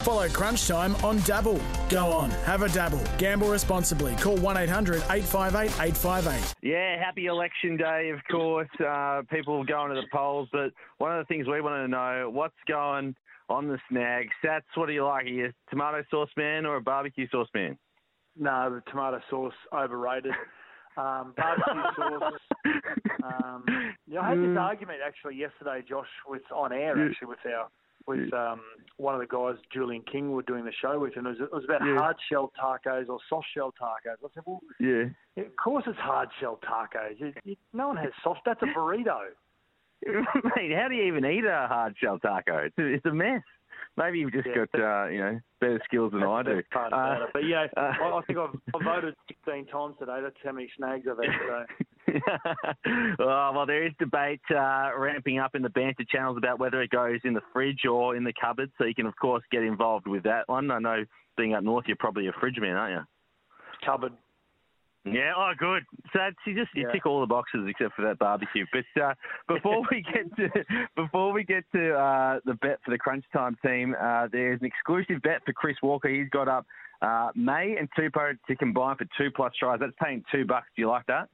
S5: Follow Crunch Time on Dabble. Go on, have a dabble. Gamble responsibly. Call 1 800 858 858.
S14: Yeah, happy election day, of course. Uh, people going to the polls, but one of the things we want to know what's going on the snag. Sats, what do you like? Are you a tomato sauce man or a barbecue sauce man?
S15: No, the tomato sauce overrated. Um, barbecue sauce. Um, yeah, I had this
S14: Mm.
S15: argument actually yesterday, Josh, with on air
S14: Yeah.
S15: actually with our with um, one of the guys, Julian King, we're doing the show with, and it was, it was about
S14: Yeah.
S15: hard shell tacos or soft shell tacos. I said, well,
S14: Yeah.
S15: of course it's hard shell tacos. You, you, no one has soft. That's a burrito.
S14: Mate, how do you even eat a hard shell taco? It's a, it's a mess. Maybe you've just
S15: Yeah.
S14: got uh, you know better skills than I do.
S15: Part of
S14: Uh,
S15: that. But yeah,
S14: uh,
S15: I, I think I've, I voted 16 times today. That's how many snags I've had. So.
S14: Oh, well, there is debate uh, ramping up in the banter channels about whether it goes in the fridge or in the cupboard. So you can, of course, get involved with that one. I know being up north, you're probably a fridge man, aren't
S15: Cupboard.
S14: you? Yeah. Oh, good. So it's, you just you tick all the boxes except for that barbecue. But uh, before we get to before we get to uh, the bet for the crunch time team, uh, there's an exclusive bet for Chris Walker. He's got up uh, May and Tupou to combine for two plus tries. That's paying two bucks. Do you like that?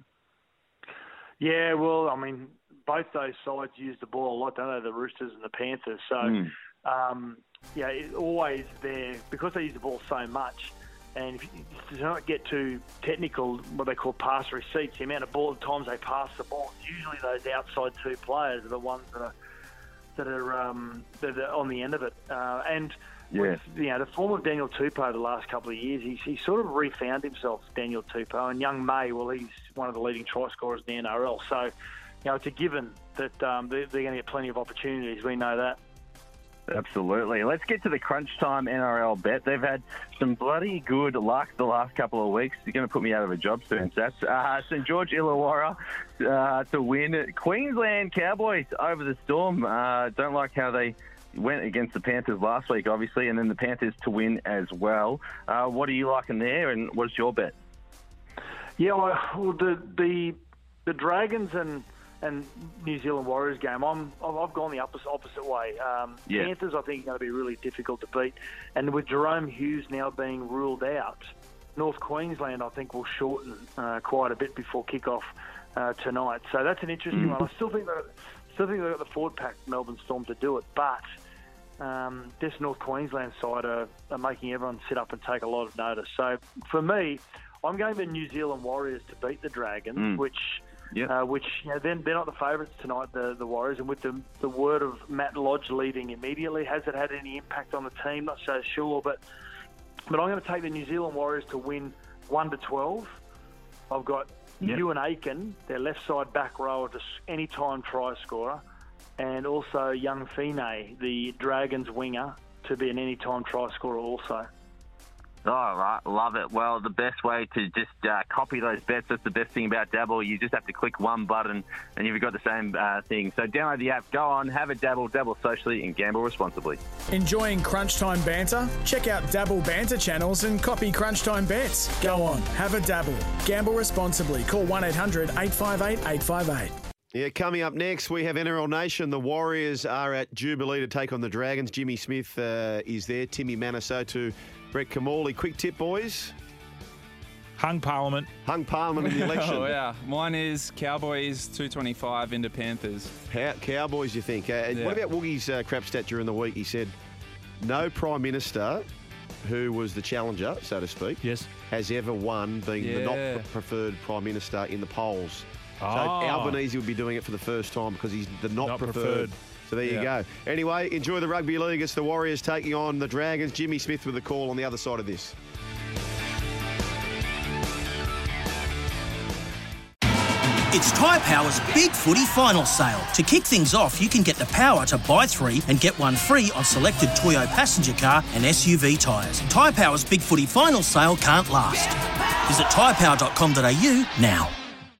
S15: Yeah, well, I mean, both those sides use the ball a lot, don't they? The Roosters and the Panthers. So,
S14: Mm.
S15: um, yeah, it, always there because they use the ball so much. And if you do not get too technical, what they call pass receipts, the amount of ball times they pass the ball, it's usually those outside two players are the ones that are that are um, that are on the end of it. Uh, and
S14: Yeah.
S15: you know, the form of Daniel Tupou the last couple of years, he's, he's sort of refound himself, Daniel Tupou. And young May, well, he's one of the leading try scorers in the NRL. So, you know, it's a given that um, they're, they're going to get plenty of opportunities. We know that.
S14: Absolutely. Let's get to the crunch time NRL bet. They've had some bloody good luck the last couple of weeks. You're going to put me out of a job soon, Sats. Uh, St George Illawarra uh, to win. Queensland Cowboys over the storm. Uh, don't like how they went against the Panthers last week, obviously, and then the Panthers to win as well. Uh, what are you liking there, and what's your bet?
S15: Yeah, well, well, the the the Dragons and and New Zealand Warriors game. I'm I've I've gone the opposite opposite way. Um,
S14: Yeah.
S15: Panthers, I think, are going to be really difficult to beat, and with Jerome Hughes now being ruled out, North Queensland, I think, will shorten uh, quite a bit before kickoff uh, tonight. So that's an interesting one. I still think that still think they've got the forward pack Melbourne Storm to do it, but. Um, this North Queensland side are, are making everyone sit up and take a lot of notice. So for me, I'm going to New Zealand Warriors to beat the Dragons,
S14: Mm.
S15: which
S14: Yep.
S15: uh, which you know, they're, they're not the favourites tonight, the, the Warriors. And with the, the word of Matt Lodge leading immediately, has it had any impact on the team? Not so sure, but but I'm going to take the New Zealand Warriors to win one to twelve. I've got
S14: Yep.
S15: Ewan Aiken, their left side back rower, to s- any time try scorer, and also Young Fine, the Dragons winger, to be an any time try scorer also.
S14: All right, love it. Well, the best way to just uh, copy those bets, that's the best thing about Dabble. You just have to click one button and you've got the same uh, thing. So download the app, go on, have a dabble, dabble socially, and gamble responsibly.
S6: Enjoying Crunch Time Banter? Check out Dabble Banter channels and copy Crunch Time Bets. Go on, have a dabble. Gamble responsibly. Call 1 800 858 858.
S7: Yeah, coming up next, we have NRL Nation. The Warriors are at Jubilee to take on the Dragons. Jimmy Smith uh, is there. Timmy Manasso to Brett Kamali. Quick tip, boys.
S8: Hung Parliament.
S7: Hung Parliament in the election.
S10: oh, yeah. Mine is Cowboys 225 into Panthers.
S7: How, Cowboys, you think? Uh, and What
S10: Yeah.
S7: about Woogie's uh, crap stat during the week? He said no prime minister who was the challenger, so to speak, yes, has ever won being the
S10: Yeah.
S7: not preferred prime minister in the polls.
S10: Ah.
S7: So Albanese will be doing it for the first time because he's the not,
S10: Not
S7: preferred.
S10: preferred.
S7: So there you
S10: Yeah.
S7: go. Anyway, enjoy the rugby league. It's the Warriors taking on the Dragons. Jimmy Smith with a call on the other side of this.
S16: It's Tyre Power's Big Footy Final Sale. To kick things off, you can get the power to buy three and get one free on selected Toyo passenger car and SUV tyres. Tyre Power's Big Footy Final Sale can't last. Visit tyrepower.com.au now.